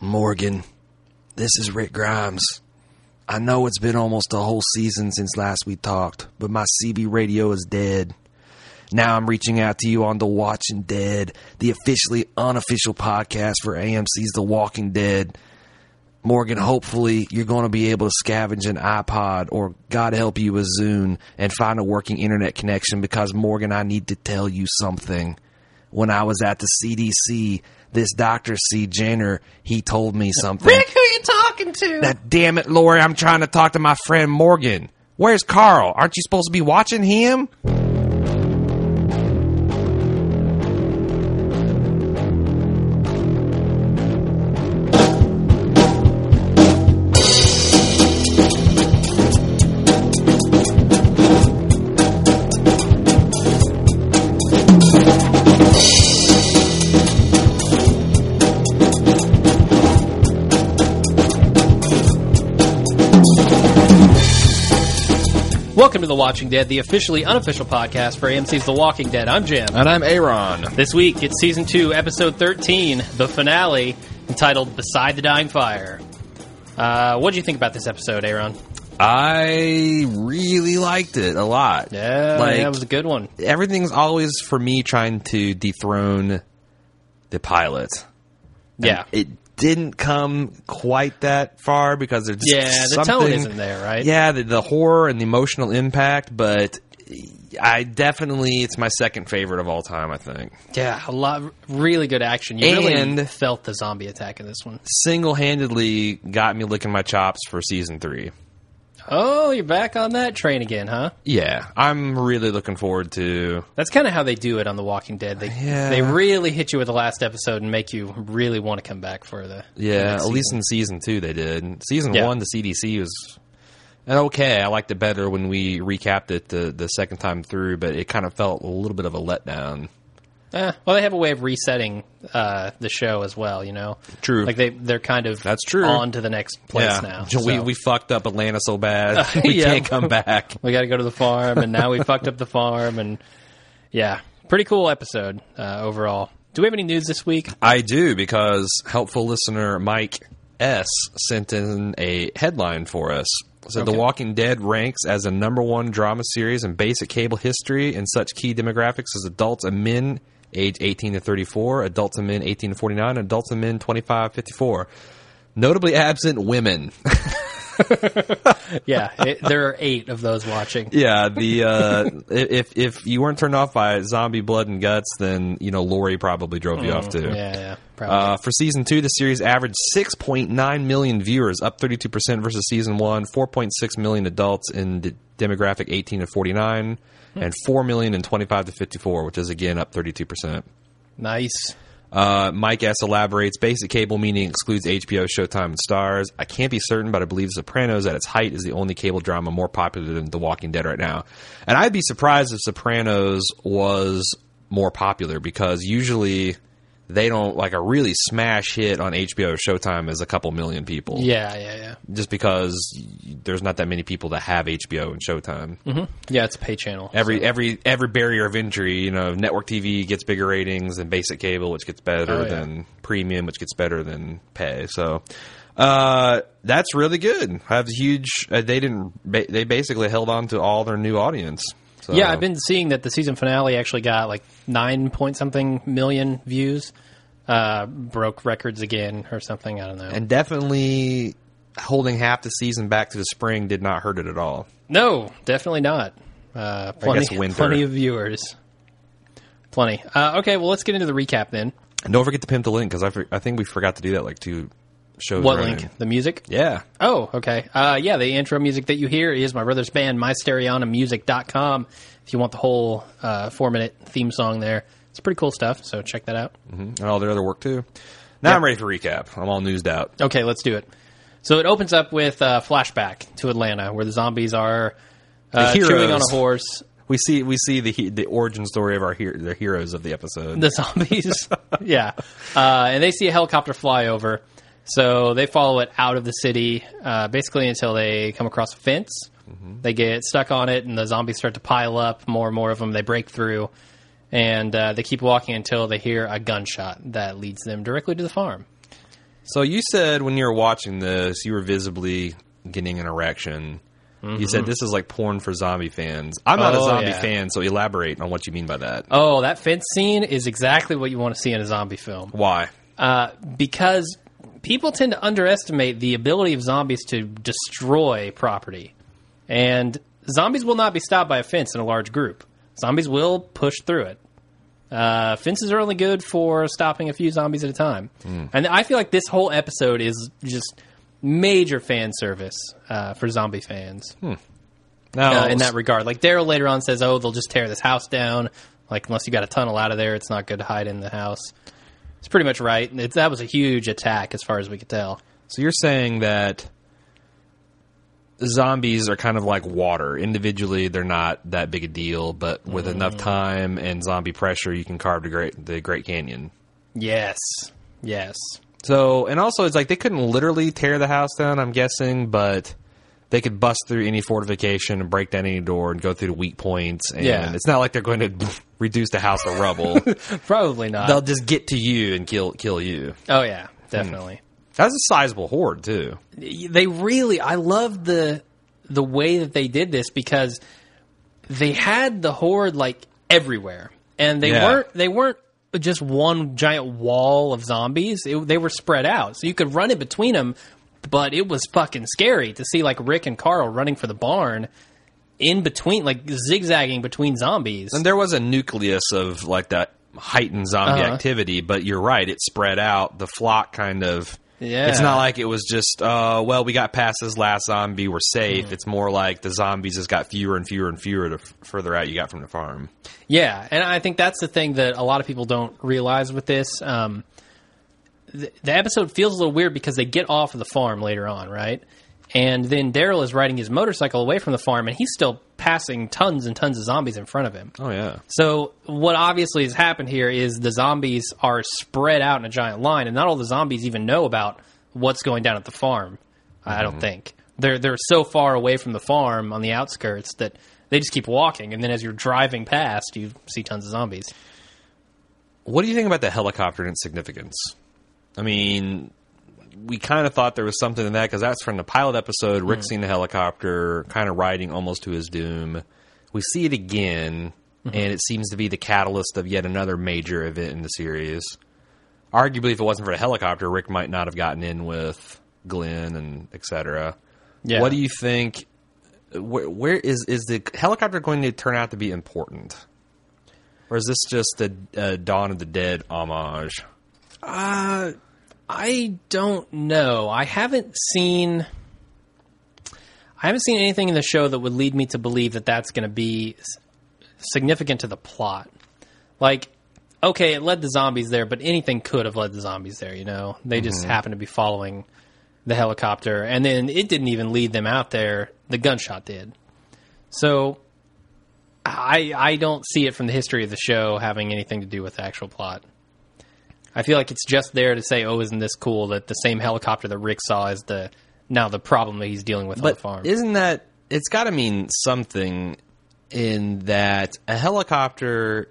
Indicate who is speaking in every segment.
Speaker 1: Morgan. This is Rick Grimes. I know it's been almost a whole season since last we talked, but my CB radio is dead. Now I'm reaching out to you on The Watching Dead, the officially unofficial podcast for AMC's The Walking Dead. Morgan, hopefully you're going to be able to scavenge an iPod or God help you a Zune and find a working internet connection because Morgan, I need to tell you something. When I was at the CDC, this doctor C Jenner, he told me something.
Speaker 2: Rick, who you talking to?
Speaker 1: Now, damn it, Lori, I'm trying to talk to my friend Morgan. Where's Carl? Aren't you supposed to be watching him?
Speaker 2: Welcome to The Watching Dead, the officially unofficial podcast for AMC's The Walking Dead. I'm Jim.
Speaker 3: And I'm Aaron.
Speaker 2: This week, it's season two, episode 13, the finale, entitled Beside the Dying Fire. Uh, what do you think about this episode, Aaron?
Speaker 3: I really liked it a lot.
Speaker 2: Yeah,
Speaker 3: Like-
Speaker 2: that was a good one.
Speaker 3: Everything's always for me trying to dethrone the pilot.
Speaker 2: Yeah.
Speaker 3: It didn't come quite that far because there's just
Speaker 2: Yeah, the tone
Speaker 3: something-
Speaker 2: isn't there, right?
Speaker 3: Yeah, the, the horror and the emotional impact, but I definitely it's my second favorite of all time. I think
Speaker 2: Yeah, a lot, really good action. You really
Speaker 3: And-
Speaker 2: felt the zombie attack in this one.
Speaker 3: single handedly got me licking my chops for season three.
Speaker 2: Oh, you're back on that train again, huh?
Speaker 3: Yeah, I'm really looking forward to
Speaker 2: That's kind of how they do it on The Walking Dead. They
Speaker 3: Yeah.
Speaker 2: they really hit you with the last episode and make you really want to come back for the the
Speaker 3: Yeah,
Speaker 2: next
Speaker 3: at least in season two they did. Season
Speaker 2: Yeah.
Speaker 3: one, the CDC was and okay. I liked it better when we recapped it the the second time through, but it kind of felt a little bit of a letdown.
Speaker 2: Eh, well, they have a way of resetting uh, the show as well, you know.
Speaker 3: True.
Speaker 2: Like they they're kind of
Speaker 3: That's true.
Speaker 2: on to the next place now.
Speaker 3: So we
Speaker 2: so.
Speaker 3: we fucked up Atlanta so bad we
Speaker 2: yeah.
Speaker 3: can't come back.
Speaker 2: we got to go to the farm, and now we fucked up the farm, and yeah, pretty cool episode uh, overall. Do we have any news this week?
Speaker 3: I do because helpful listener Mike S sent in a headline for us. So The
Speaker 2: Okay.
Speaker 3: Walking Dead ranks as a number one drama series in basic cable history in such key demographics as adults and men age 18 to 34, adults and men 18 to 49, and adults and men 25 54. Notably absent women.
Speaker 2: Yeah, it, there are eight of those watching.
Speaker 3: yeah, the uh, if if you weren't turned off by zombie blood and guts, then you know Lori probably drove you off too.
Speaker 2: Yeah, yeah, probably.
Speaker 3: Uh, for season two, the series averaged 6.9 million viewers, up 32% versus season one, 4.6 million adults in the demographic 18 to 49, and 4 million in 25 to 54, which is again up 32%.
Speaker 2: nice.
Speaker 3: Uh, Mike S. elaborates basic cable meaning excludes HBO, Showtime, and Stars. I can't be certain, but I believe Sopranos at its height is the only cable drama more popular than The Walking Dead right now. And I'd be surprised if Sopranos was more popular because usually they don't like a really smash hit on HBO or Showtime is a couple million people.
Speaker 2: Yeah, yeah, yeah.
Speaker 3: Just because y- there's not that many people that have HBO and Showtime.
Speaker 2: Yeah, it's a pay channel.
Speaker 3: Every every every barrier of entry, you know, network TV gets bigger ratings than basic cable, which gets better
Speaker 2: Oh, yeah.
Speaker 3: than premium, which gets better than pay. So uh, that's really good. I have huge. Uh, they didn't. Ba- they basically held on to all their new audience. So,
Speaker 2: Yeah, I've been seeing that the season finale actually got like nine point something million views, uh, broke records again or something. I don't know.
Speaker 3: and definitely holding half the season back to the spring did not hurt it at all.
Speaker 2: no, definitely not. Uh, plenty,
Speaker 3: winter.
Speaker 2: plenty of viewers. Plenty. Uh, okay, well, let's get into the recap then.
Speaker 3: And don't forget to pimp the link because I, for- I think we forgot to do that like two shows.
Speaker 2: What
Speaker 3: running.
Speaker 2: link? The music?
Speaker 3: Yeah.
Speaker 2: Oh, okay. Uh, yeah, the intro music that you hear is my brother's band, mystereonamusic.com. If you want the whole uh, four minute theme song there, it's pretty cool stuff, so check that out.
Speaker 3: And all their other work too. Now I'm ready for recap. I'm all newsed out.
Speaker 2: Okay, let's do it. So it opens up with a flashback to Atlanta, where the zombies are uh,
Speaker 3: The heroes.
Speaker 2: chewing on a horse.
Speaker 3: We see we see the he- the origin story of our her- the heroes of the episode.
Speaker 2: The zombies, yeah, uh, and they see a helicopter fly over, so they follow it out of the city, uh, basically until they come across a fence. They get stuck on it, and the zombies start to pile up. More and more of them. They break through, and uh, they keep walking until they hear a gunshot that leads them directly to the farm.
Speaker 3: So you said when you were watching this, you were visibly getting an erection. You said this is like porn for zombie fans. I'm not a
Speaker 2: Mm-hmm. Oh,
Speaker 3: zombie
Speaker 2: yeah.
Speaker 3: fan, so elaborate on what you mean by that.
Speaker 2: Oh, that fence scene is exactly what you want to see in a zombie film.
Speaker 3: Why?
Speaker 2: Uh, because people tend to underestimate the ability of zombies to destroy property. And zombies will not be stopped by a fence in a large group. Zombies will push through it. Uh, fences are only good for stopping a few zombies at a time. And I feel like this whole episode is just major fan service uh, for zombie fans
Speaker 3: No,
Speaker 2: uh, in that regard. Like Daryl later on says, "Oh, they'll just tear this house down. Like unless you got a tunnel out of there, it's not good to hide in the house." It's pretty much right. It's, that was a huge attack, as far as we could tell.
Speaker 3: So you're saying that zombies are kind of like water. Individually, they're not that big a deal, but with enough
Speaker 2: Mm.
Speaker 3: time and zombie pressure, you can carve the great the Great Canyon.
Speaker 2: Yes, yes.
Speaker 3: So, and also, it's like they couldn't literally tear the house down. I'm guessing, but they could bust through any fortification and break down any door and go through the weak points. And
Speaker 2: Yeah.
Speaker 3: it's not like they're going to reduce the house to rubble.
Speaker 2: Probably not.
Speaker 3: They'll just get to you and kill kill you.
Speaker 2: oh yeah, definitely.
Speaker 3: That's a sizable horde too.
Speaker 2: They really. I love the the way that they did this because they had the horde like everywhere, and they
Speaker 3: Yeah.
Speaker 2: weren't they weren't just one giant wall of zombies. It, they were spread out, so you could run in between them. But it was fucking scary to see like Rick and Carl running for the barn in between, like zigzagging between zombies.
Speaker 3: And there was a nucleus of like that heightened zombie
Speaker 2: Uh-huh.
Speaker 3: activity, but you're right, it spread out. The flock kind of.
Speaker 2: Yeah.
Speaker 3: It's not like it was just, uh, well, we got past this last zombie, we're safe. It's more like the zombies has got fewer and fewer and fewer the f- further out you got from the farm.
Speaker 2: Yeah, and I think that's the thing that a lot of people don't realize with this. Um, the, the episode feels a little weird because they get off of the farm later on, right? And then Daryl is riding his motorcycle away from the farm, and he's still passing tons and tons of zombies in front of him.
Speaker 3: Oh, yeah.
Speaker 2: So what obviously has happened here is the zombies are spread out in a giant line, and not all the zombies even know about what's going down at the farm. I don't think they're they're so far away from the farm on the outskirts that they just keep walking, and then as you're driving past, you see tons of zombies.
Speaker 3: What do you think about the helicopter and its significance? I mean, we kind of thought there was something in that because that's from the pilot episode. Rick seeing the helicopter, kind of riding almost to his doom. We see it again, and it seems to be the catalyst of yet another major event in the series. Arguably, if it wasn't for the helicopter, Rick might not have gotten in with Glenn and etc.
Speaker 2: Yeah.
Speaker 3: What do you think? Where, where is is the helicopter going to turn out to be important, or is this just a, a Dawn of the Dead homage?
Speaker 2: I don't know. I haven't seen. I haven't seen anything in the show that would lead me to believe that that's going to be s- significant to the plot. Like, okay, it led the zombies there, but anything could have led the zombies there. You know, they just happened to be following the helicopter, and then it didn't even lead them out there. The gunshot did. So, I I don't see it from the history of the show having anything to do with the actual plot. I feel like it's just there to say, "Oh, isn't this cool?" That the same helicopter that Rick saw is the now the problem that he's dealing with on the farm.
Speaker 3: Isn't that it's got to mean something in that a helicopter,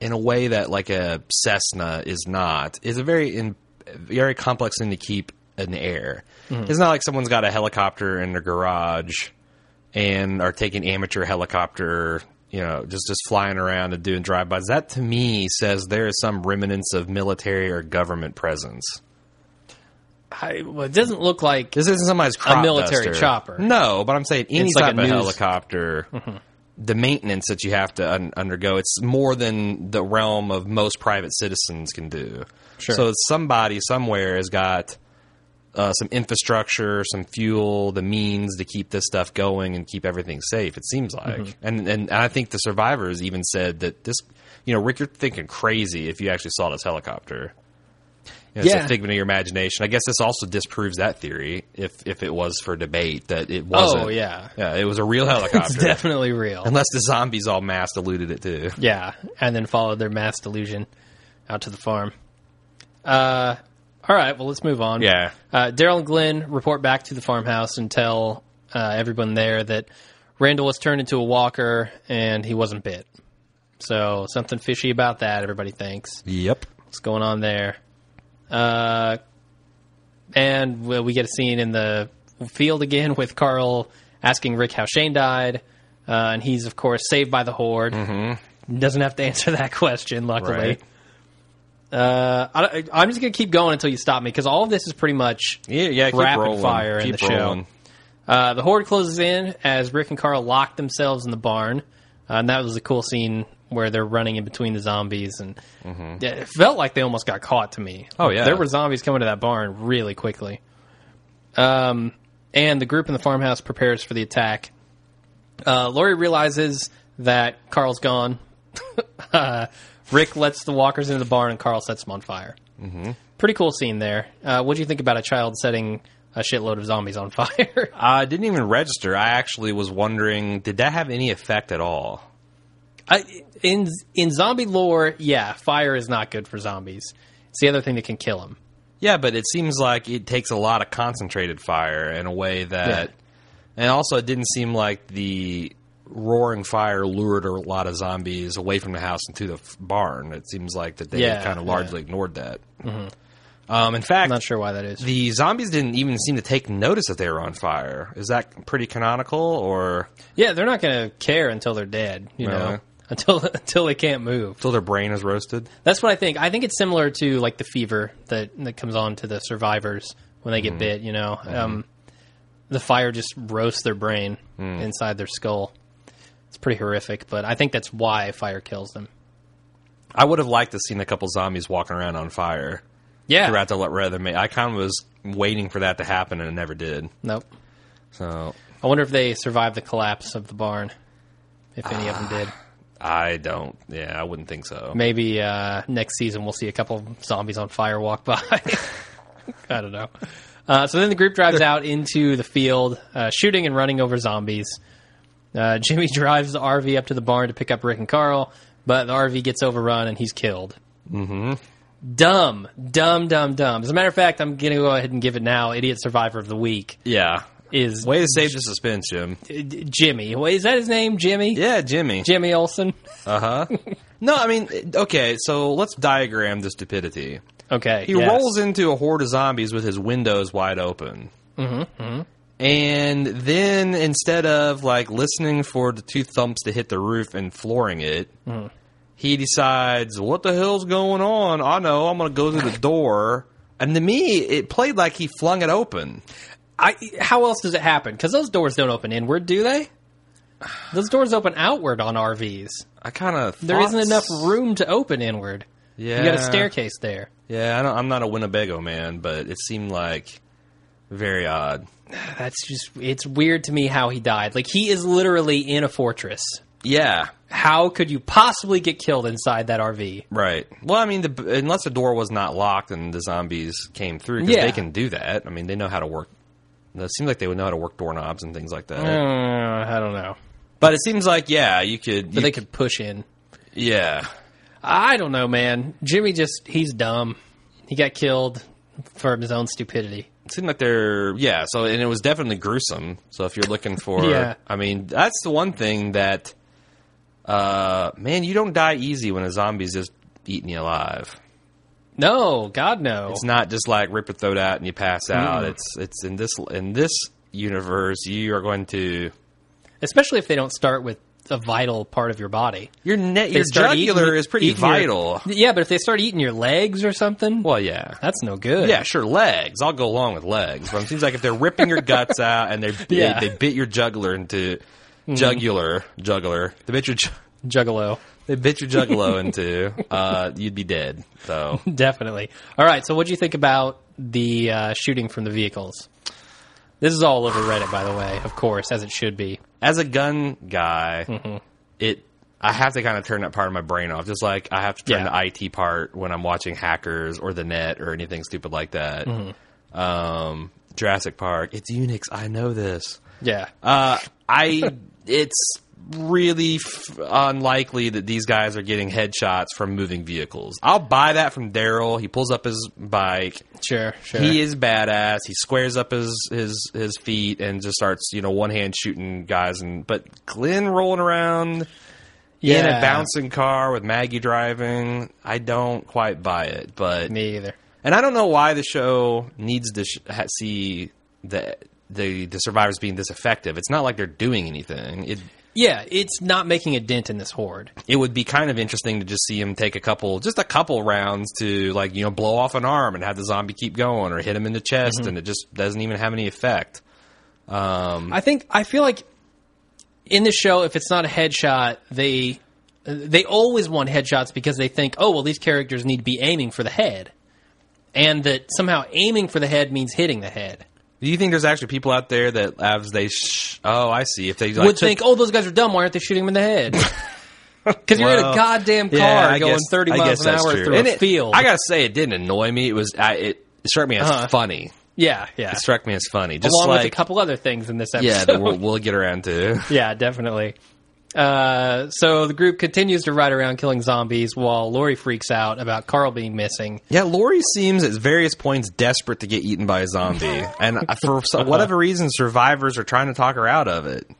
Speaker 3: in a way that like a Cessna is not, is a very in, very complex thing to keep in the air. It's not like someone's got a helicopter in their garage and are taking amateur helicopter. You know, just just flying around and doing drive-bys. That to me says there is some remnants of military or government presence.
Speaker 2: I, well, it doesn't look like
Speaker 3: This isn't somebody's crop
Speaker 2: military
Speaker 3: duster.
Speaker 2: chopper.
Speaker 3: No, but I'm saying any
Speaker 2: It's
Speaker 3: type of
Speaker 2: like a news- Mm-hmm.
Speaker 3: helicopter, the maintenance that you have to un- undergo, it's more than the realm of most private citizens can do.
Speaker 2: Sure.
Speaker 3: So somebody somewhere has got uh, some infrastructure, some fuel, the means to keep this stuff going and keep everything safe. It seems like,
Speaker 2: Mm-hmm.
Speaker 3: and and I think the survivors even said that this, you know, Rick, you're thinking crazy if you actually saw this helicopter. You know, It's
Speaker 2: Yeah.
Speaker 3: a figment of your imagination. I guess this also disproves that theory, if if it was for debate, that it wasn't.
Speaker 2: Oh, yeah.
Speaker 3: yeah, it was a real
Speaker 2: it's
Speaker 3: helicopter.
Speaker 2: definitely real.
Speaker 3: Unless the zombies all mass diluted it too.
Speaker 2: Yeah, and then followed their mass delusion out to the farm. Uh, all right, well, let's move on.
Speaker 3: Yeah.
Speaker 2: Uh, Daryl and Glenn report back to the farmhouse and tell uh, everyone there that Randall was turned into a walker and he wasn't bit. So something fishy about that, everybody thinks.
Speaker 3: Yep.
Speaker 2: What's going on there? Uh, And we we get a scene in the field again with Carl asking Rick how Shane died. Uh, and he's, of course, saved by the Horde. Doesn't have to answer that question, luckily.
Speaker 3: Right.
Speaker 2: Uh, I, I'm just going to keep going until you stop me because all of this is pretty much
Speaker 3: Yeah, yeah. Keep
Speaker 2: rapid
Speaker 3: rolling.
Speaker 2: fire in
Speaker 3: keep
Speaker 2: the show.
Speaker 3: rolling.
Speaker 2: Uh, the horde closes in as Rick and Carl lock themselves in the barn, uh, and that was a cool scene where they're running in between the zombies, and Yeah, it felt like they almost got caught to me.
Speaker 3: Mm-hmm. Oh, yeah.
Speaker 2: there were zombies coming to that barn really quickly. Um, and the group in the farmhouse prepares for the attack. Uh, Lori realizes that Carl's gone. uh, Rick lets the walkers into the barn, and Carl sets them on fire. Mm-hmm. Pretty cool scene there. Uh, what do you think about a child setting a shitload of zombies on fire?
Speaker 3: I Uh, didn't even register. I actually was wondering, did that have any effect at all?
Speaker 2: I, in in zombie lore, yeah, fire is not good for zombies. It's the other thing that can kill them.
Speaker 3: Yeah, but it seems like it takes a lot of concentrated fire in a way that,
Speaker 2: Yeah.
Speaker 3: and also it didn't seem like the roaring fire lured a lot of zombies away from the house and to the f- barn. It seems like that they
Speaker 2: Yeah,
Speaker 3: kind of
Speaker 2: yeah.
Speaker 3: largely ignored that. Um, in fact,
Speaker 2: I'm not sure why that is.
Speaker 3: the zombies didn't even seem to take notice that they were on fire. Is that pretty canonical, or
Speaker 2: yeah, they're not going to care until they're dead. You know,
Speaker 3: Really?
Speaker 2: until until they can't move.
Speaker 3: until their brain is roasted?
Speaker 2: That's what I think. I think it's similar to like the fever that that comes on to the survivors when they
Speaker 3: Mm-hmm.
Speaker 2: get bit. You know, um, the fire just roasts their brain
Speaker 3: Mm.
Speaker 2: inside their skull. It's pretty horrific, but I think that's why fire kills them.
Speaker 3: I would have liked to seen a couple zombies walking around on fire
Speaker 2: Yeah.
Speaker 3: throughout the rather. I kind of was waiting for that to happen, and it never did.
Speaker 2: Nope.
Speaker 3: So
Speaker 2: I wonder if they survived the collapse of the barn. If any of them did,
Speaker 3: I don't. Yeah, I wouldn't think so.
Speaker 2: maybe uh, next season we'll see a couple of zombies on fire walk by. I don't know. Uh, so then the group drives out into the field, uh, shooting and running over zombies. Uh, Jimmy drives the RV up to the barn to pick up Rick and Carl, but the RV gets overrun and he's killed. Mm-hmm. Dumb, dumb, dumb, dumb. As a matter of fact, I'm going to go ahead and give it now. Idiot Survivor of the Week
Speaker 3: Yeah.
Speaker 2: is
Speaker 3: Way to save the suspense, Jim.
Speaker 2: Jimmy. Wait, is that his name? Jimmy?
Speaker 3: Yeah, Jimmy.
Speaker 2: Jimmy Olsen.
Speaker 3: Uh huh. no, I mean, okay, so let's diagram the stupidity.
Speaker 2: Okay.
Speaker 3: He
Speaker 2: yes.
Speaker 3: rolls into a horde of zombies with his windows wide open. Mm-hmm, And then instead of like listening for the two thumps to hit the roof and flooring it,
Speaker 2: Mm-hmm.
Speaker 3: he decides, "What the hell's going on? I know I'm going to go to the door." And to me, it played like he flung it open.
Speaker 2: I, how else does it happen? Because those doors don't open inward, do they? Those doors open outward on RVs.
Speaker 3: I kind of
Speaker 2: There not enough room to open inward.
Speaker 3: Yeah,
Speaker 2: You got a staircase there.
Speaker 3: Yeah, I don't, I'm not a Winnebago man, but it seemed like very odd.
Speaker 2: That's just, it's weird to me how he died. Like, he is literally in a fortress.
Speaker 3: Yeah,
Speaker 2: How could you possibly get killed inside that RV?
Speaker 3: right. Well, I mean, the, unless the door was not locked and the zombies came through, because
Speaker 2: Yeah.
Speaker 3: they can do that. I mean, they know how to work. It seems like they would know how to work doorknobs and things like that.
Speaker 2: Uh, I don't know.
Speaker 3: But it seems like, yeah, you could.
Speaker 2: But
Speaker 3: you
Speaker 2: they could push in.
Speaker 3: yeah.
Speaker 2: I don't know, man. Jimmy just, he's dumb. He got killed from his own stupidity.
Speaker 3: It seemed like they're yeah. So and it was definitely gruesome. So if you're looking for,
Speaker 2: Yeah.
Speaker 3: I mean, that's the one thing that, uh, man, you don't die easy when a zombie's just eating you alive.
Speaker 2: No, God, no.
Speaker 3: It's not just like rip a throat out and you pass
Speaker 2: Mm.
Speaker 3: out. It's it's in this in this universe you are going to
Speaker 2: especially if they don't start with a vital part of your body.
Speaker 3: your net
Speaker 2: They
Speaker 3: your
Speaker 2: start
Speaker 3: jugular
Speaker 2: eating-
Speaker 3: is pretty
Speaker 2: eating your-
Speaker 3: vital.
Speaker 2: yeah, but if they start eating your legs or something,
Speaker 3: well, yeah.
Speaker 2: that's no good.
Speaker 3: Yeah, sure. Legs. I'll go along with legs. But it seems like if they're ripping your guts out and they
Speaker 2: Yeah. Hmm.
Speaker 3: they, they bit your jugular into jugular jugular they bit your ju-
Speaker 2: juggalo,
Speaker 3: they bit your juggalo into uh, you'd be dead. So
Speaker 2: definitely. All right, so what do you think about the uh, shooting from the vehicles? This is all over Reddit, by the way, of course, as it should be.
Speaker 3: as a gun guy,
Speaker 2: Mm-hmm.
Speaker 3: it I have to kind of turn that part of my brain off. Just like I have to turn
Speaker 2: Yeah.
Speaker 3: the IT part when I'm watching Hackers or The Net or anything stupid like that.
Speaker 2: Mm-hmm.
Speaker 3: Um, Jurassic Park. It's Unix. I know this.
Speaker 2: Yeah,
Speaker 3: Uh, I. it's really f- unlikely that these guys are getting headshots from moving vehicles. I'll buy that from Daryl. He pulls up his bike.
Speaker 2: sure, sure.
Speaker 3: He is badass. He squares up his his his feet and just starts, you know, one hand shooting guys. And but Glenn rolling around in a bouncing car with Maggie driving, I don't quite buy it. But
Speaker 2: Me either.
Speaker 3: And I don't know why the show needs to sh- ha- see the, the the survivors being this effective. It's not like they're doing anything. It
Speaker 2: Yeah, it's not making a dent in this horde.
Speaker 3: it would be kind of interesting to just see him take a couple, just a couple rounds to like you know blow off an arm and have the zombie keep going, or hit him in the chest,
Speaker 2: Mm-hmm.
Speaker 3: and it just doesn't even have any effect.
Speaker 2: I think I feel like in the show, if it's not a headshot, they they always want headshots because they think, oh well, these characters need to be aiming for the head, and that somehow aiming for the head means hitting the head.
Speaker 3: Do you think there's actually people out there that as they sh- oh I see if they like,
Speaker 2: Would
Speaker 3: took-
Speaker 2: think, oh, those guys are dumb. Why aren't they shooting them in the head? Because you're in a
Speaker 3: Well,
Speaker 2: goddamn car
Speaker 3: Yeah, I
Speaker 2: going
Speaker 3: guess-
Speaker 2: 30
Speaker 3: I guess
Speaker 2: miles an
Speaker 3: that's
Speaker 2: hour
Speaker 3: true.
Speaker 2: through
Speaker 3: And
Speaker 2: a
Speaker 3: it-
Speaker 2: field.
Speaker 3: I gotta say, it didn't annoy me. It was I, it struck me as
Speaker 2: Uh-huh.
Speaker 3: funny.
Speaker 2: yeah, yeah.
Speaker 3: It struck me as funny. Just
Speaker 2: Along with a
Speaker 3: like
Speaker 2: couple other things in this episode.
Speaker 3: yeah, that we'll, we'll get around to.
Speaker 2: Yeah, definitely. Uh, so the group continues to ride around killing zombies while Lori freaks out about Carl being missing.
Speaker 3: Yeah, Lori seems at various points desperate to get eaten by a zombie, and for so- whatever reason, survivors are trying to talk her out of it.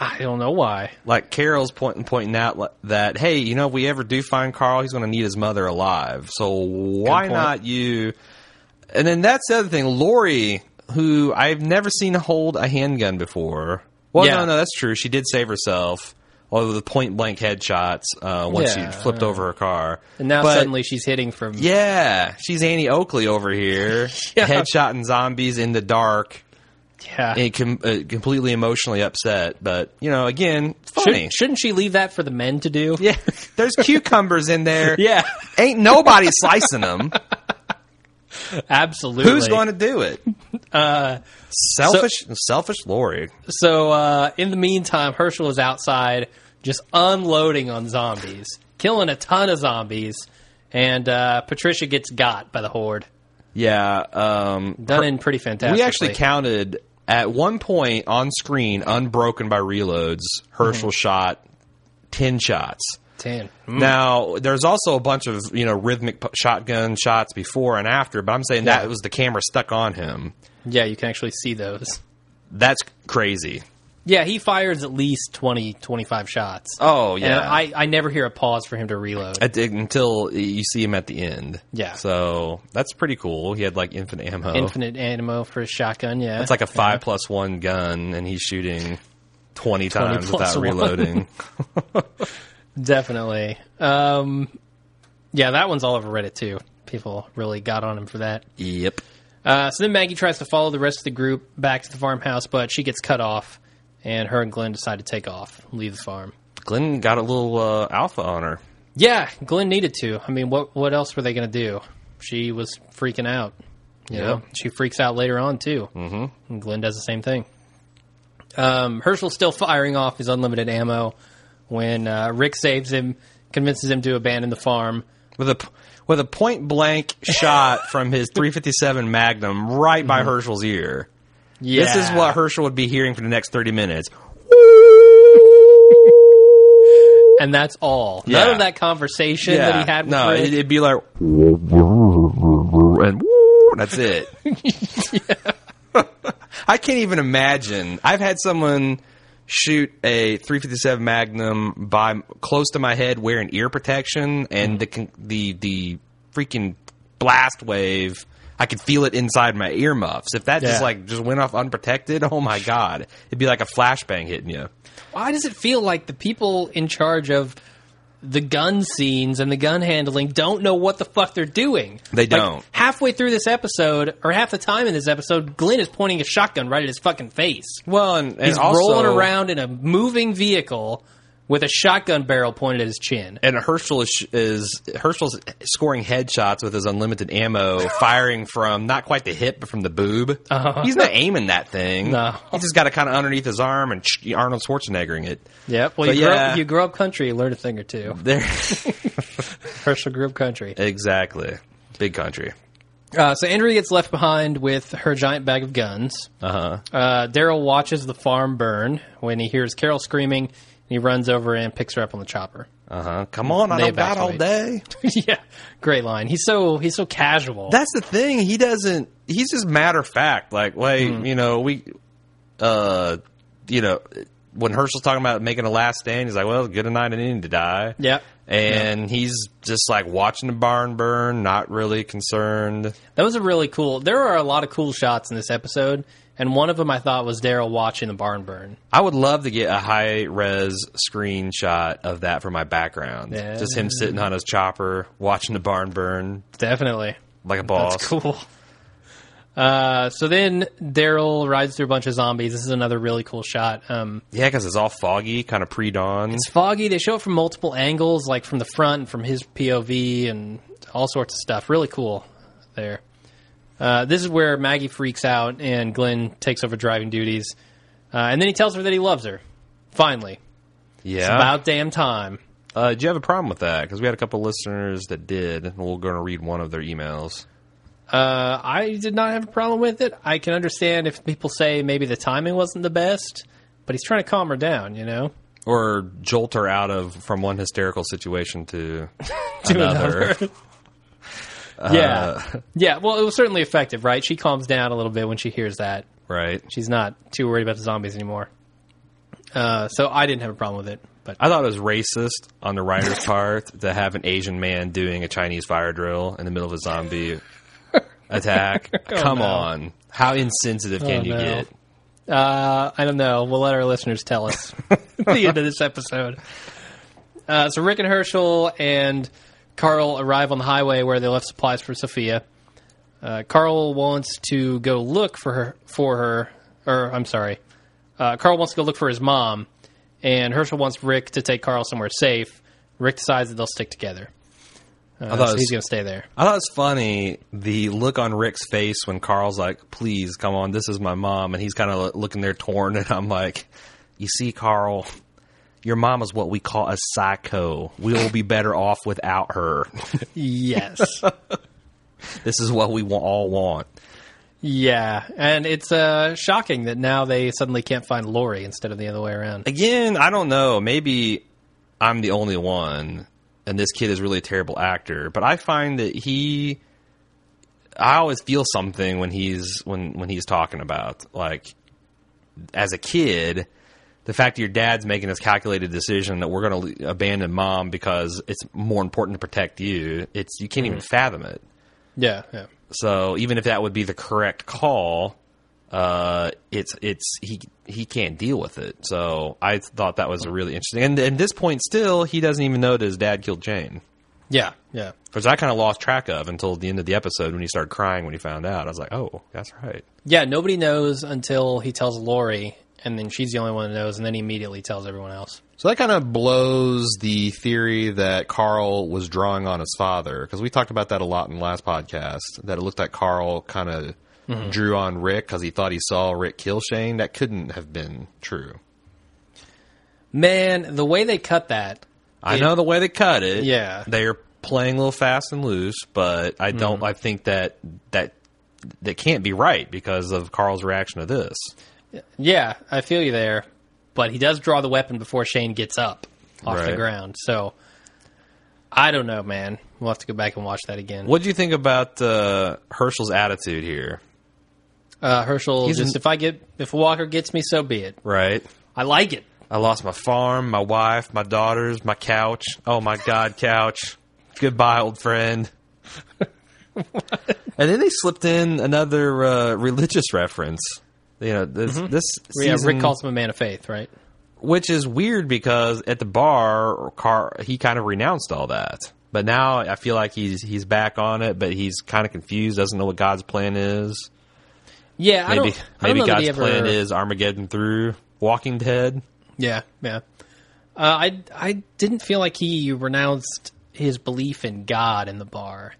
Speaker 2: I don't know why.
Speaker 3: Like Carol's pointing pointing out li- that hey, you know, if we ever do find Carl, he's going to need his mother alive. So why
Speaker 2: point.
Speaker 3: not you? And then that's the other thing, Lori, who I've never seen hold a handgun before. Well,
Speaker 2: Yeah.
Speaker 3: no, no, that's true. She did save herself. Although the point blank headshots uh, once
Speaker 2: Yeah.
Speaker 3: she flipped over her car,
Speaker 2: And now
Speaker 3: But-
Speaker 2: suddenly she's hitting from.
Speaker 3: yeah, she's Annie Oakley over here,
Speaker 2: Yeah.
Speaker 3: headshotting zombies in the dark,
Speaker 2: yeah.
Speaker 3: and com- uh, completely emotionally upset. But you know, again, it's funny.
Speaker 2: Should, shouldn't she leave that for the men to do?
Speaker 3: yeah, there's cucumbers in there.
Speaker 2: Yeah,
Speaker 3: ain't nobody slicing them.
Speaker 2: absolutely.
Speaker 3: Who's going to do it? Uh, selfish, selfish Lori.
Speaker 2: So uh, in the meantime, Herschel is outside just unloading on zombies, killing a ton of zombies, and uh, Patricia gets got by the horde.
Speaker 3: Yeah, um,
Speaker 2: Done in pretty fantastic.
Speaker 3: we actually counted at one point on screen, unbroken by reloads. Herschel shot ten shots.
Speaker 2: ten.
Speaker 3: Now, there's also a bunch of you know rhythmic p- shotgun shots before and after, but I'm saying
Speaker 2: Yeah.
Speaker 3: that was the camera stuck on him.
Speaker 2: Yeah, you can actually see those.
Speaker 3: That's crazy.
Speaker 2: Yeah, he fires at least 20, 25 shots.
Speaker 3: Oh
Speaker 2: And I, I never hear a pause for him to reload.
Speaker 3: At the- until you see him at the end.
Speaker 2: Yeah.
Speaker 3: so that's pretty cool. He had like infinite ammo.
Speaker 2: Infinite ammo for his shotgun, yeah.
Speaker 3: It's like a five plus one gun, and he's shooting twenty times without
Speaker 2: plus one.
Speaker 3: reloading.
Speaker 2: Definitely. Um, yeah, that one's all over Reddit, too. People really got on him for that.
Speaker 3: yep.
Speaker 2: Uh, so then Maggie tries to follow the rest of the group back to the farmhouse, but she gets cut off, and her and Glenn decide to take off, leave the farm.
Speaker 3: Glenn got a little uh, alpha on her.
Speaker 2: Yeah, Glenn needed to. I mean, what what else were they going to do? She was freaking out. You
Speaker 3: Yeah.
Speaker 2: know, she freaks out later on too. Mm-hmm. And Glenn does the same thing. Um, Herschel's still firing off his unlimited ammo when uh, Rick saves him, convinces him to abandon the farm.
Speaker 3: with a p- with a point blank shot from his 357 Magnum right by
Speaker 2: Mm-hmm.
Speaker 3: Herschel's ear.
Speaker 2: Yeah,
Speaker 3: This is what Herschel would be hearing for the next 30 minutes.
Speaker 2: and that's all. None
Speaker 3: Yeah.
Speaker 2: of that conversation that he had with
Speaker 3: no,
Speaker 2: Rick.
Speaker 3: it- it'd be like and that's it. I can't even imagine. I've had someone shoot a 357 Magnum by close to my head wearing ear protection and the con- the the freaking blast wave I could feel it inside my earmuffs. If that just
Speaker 2: Yeah.
Speaker 3: like just went off unprotected, oh my god, it'd be like a flashbang hitting you.
Speaker 2: Why does it feel like the people in charge of the gun scenes and the gun handling don't know what the fuck they're doing?
Speaker 3: They
Speaker 2: Like,
Speaker 3: don't.
Speaker 2: halfway through this episode, or half the time in this episode, Glenn is pointing a shotgun right at his fucking face.
Speaker 3: Well, and, and
Speaker 2: He's rolling around in a moving vehicle with a shotgun barrel pointed at his chin.
Speaker 3: and Herschel is, is Herschel's scoring headshots with his unlimited ammo, firing from not quite the hip, but from the boob. He's not aiming that thing.
Speaker 2: Uh-huh. No.
Speaker 3: He's just got it kind of underneath his arm and Arnold Schwarzeneggering it.
Speaker 2: Yep. Well,
Speaker 3: So,
Speaker 2: you, grow
Speaker 3: yeah.
Speaker 2: up, you grow up country, you learn a thing or two.
Speaker 3: There,
Speaker 2: Herschel grew up country.
Speaker 3: exactly. Big country.
Speaker 2: Uh, so Andrea gets left behind with her giant bag of guns.
Speaker 3: Uh huh.
Speaker 2: Uh, Daryl watches the farm burn when he hears Carol screaming, and he runs over and picks her up on the chopper.
Speaker 3: Uh huh. Come on, I
Speaker 2: They
Speaker 3: don't got all
Speaker 2: evacuate.
Speaker 3: day.
Speaker 2: yeah, great line. He's so he's so casual.
Speaker 3: That's the thing. He doesn't. He's just matter of fact. Like, wait, you know, we, uh, you know, when Herschel's talking about making a last stand, he's like, "Well, good a night and ending to die."
Speaker 2: Yep.
Speaker 3: and he's just like watching the barn burn, not really concerned.
Speaker 2: That was a really cool. There are a lot of cool shots in this episode, and one of them I thought was Daryl watching the barn burn.
Speaker 3: I would love to get a high res screenshot of that for my background.
Speaker 2: Yeah.
Speaker 3: Just him sitting on his chopper, watching the barn burn
Speaker 2: Definitely,
Speaker 3: like a boss.
Speaker 2: that's cool. Uh, so then Daryl rides through a bunch of zombies. This is another really cool shot. Um,
Speaker 3: Yeah, because it's all foggy, kind of pre dawn.
Speaker 2: it's foggy. They show it from multiple angles, like from the front and from his POV and all sorts of stuff. Really cool there. Uh, this is where Maggie freaks out and Glenn takes over driving duties. Uh, and then he tells her that he loves her. Finally. It's
Speaker 3: Yeah.
Speaker 2: about damn time.
Speaker 3: Uh, do you have a problem with that? Because we had a couple listeners that did, and we're going to read one of their emails.
Speaker 2: Uh, I did not have a problem with it. I can understand if people say maybe the timing wasn't the best, but he's trying to calm her down, you know?
Speaker 3: Or jolt her out of from one hysterical situation to,
Speaker 2: To
Speaker 3: another.
Speaker 2: yeah. Yeah, well, it was certainly effective, right? She calms down a little bit when she hears that.
Speaker 3: right?
Speaker 2: She's not too worried about the zombies anymore. Uh, so I didn't have a problem with it, but
Speaker 3: I thought it was racist on the writer's part to have an Asian man doing a Chinese fire drill in the middle of a zombie attack. Come
Speaker 2: no.
Speaker 3: on. How insensitive can you
Speaker 2: no.
Speaker 3: get?
Speaker 2: uh, I don't know. We'll let our listeners tell us at the end of this episode. Uh, so Rick and Herschel and Carl arrive on the highway where they left supplies for Sophia. Uh, Carl wants to go look for her, for her, or I'm sorry, uh, Carl wants to go look for his mom, and Herschel wants Rick to take Carl somewhere safe. Rick decides that they'll stick together. Uh,
Speaker 3: thought it
Speaker 2: so
Speaker 3: was-
Speaker 2: he's going to stay there.
Speaker 3: I thought it was funny the look on Rick's face when Carl's like, "Please come on, this is my mom," and he's kind of looking there torn, and I'm like, "You see, Carl, your mom is what we call a psycho. We'll be better off without her.
Speaker 2: Yes.
Speaker 3: This is what we wa- all want."
Speaker 2: Yeah, and it's uh, shocking that now they suddenly can't find Lori instead of the other way around.
Speaker 3: Again, I don't know. Maybe I'm the only one, and this kid is really a terrible actor. But I find that he, I always feel something when he's when when he's talking about like as a kid. The fact that your dad's making this calculated decision that we're going to abandon mom because it's more important to protect you, it's you can't even fathom it.
Speaker 2: Yeah, yeah.
Speaker 3: So even if that would be the correct call, uh, it's it's he he can't deal with it. So I thought that was a really interesting. And at this point, still he doesn't even know that his dad killed Jane,
Speaker 2: Yeah, yeah.
Speaker 3: which I kind of lost track of until the end of the episode when he started crying when he found out. I was like, oh, that's right.
Speaker 2: Yeah, nobody knows until he tells Lori, and then she's the only one who knows, and then he immediately tells everyone else.
Speaker 4: So that kind of blows the theory that Carl was drawing on his father because we talked about that a lot in the last podcast. That it looked like Carl kind of
Speaker 3: Mm-hmm.
Speaker 4: drew on Rick because he thought he saw Rick kill Shane. That couldn't have been true.
Speaker 2: Man, the way they cut that,
Speaker 3: I
Speaker 2: It-
Speaker 3: know the way they cut it.
Speaker 2: Yeah. Mm-hmm.
Speaker 3: they're playing a little fast and loose, but I don't. I think that that that can't be right because of Carl's reaction to this.
Speaker 2: yeah, I feel you there, but he does draw the weapon before Shane gets up off the
Speaker 3: Right.
Speaker 2: ground, so I don't know, man. We'll have to go back and watch that again.
Speaker 3: What do you think about uh, Herschel's attitude here?
Speaker 2: Uh, Herschel,
Speaker 3: He's
Speaker 2: just
Speaker 3: an-
Speaker 2: if I get, if Walker gets me, so be it.
Speaker 3: Right.
Speaker 2: I like it.
Speaker 3: I lost my farm, my wife, my daughters, my couch. Oh my God, couch. Goodbye, old friend. And then they slipped in another uh, religious reference. You know, this, this
Speaker 2: Mm-hmm. Yeah,
Speaker 3: season,
Speaker 2: Rick calls him a man of faith, right?
Speaker 3: which is weird because at the bar, Car he kind of renounced all that. But now I feel like he's he's back on it, but he's kind of confused, doesn't know what God's plan is.
Speaker 2: Yeah, I
Speaker 3: Maybe
Speaker 2: don't, I don't
Speaker 3: maybe
Speaker 2: know that he
Speaker 3: God's
Speaker 2: ever-
Speaker 3: plan is Armageddon through Walking Dead.
Speaker 2: Yeah, yeah. Uh, I I didn't feel like he renounced his belief in God in the bar.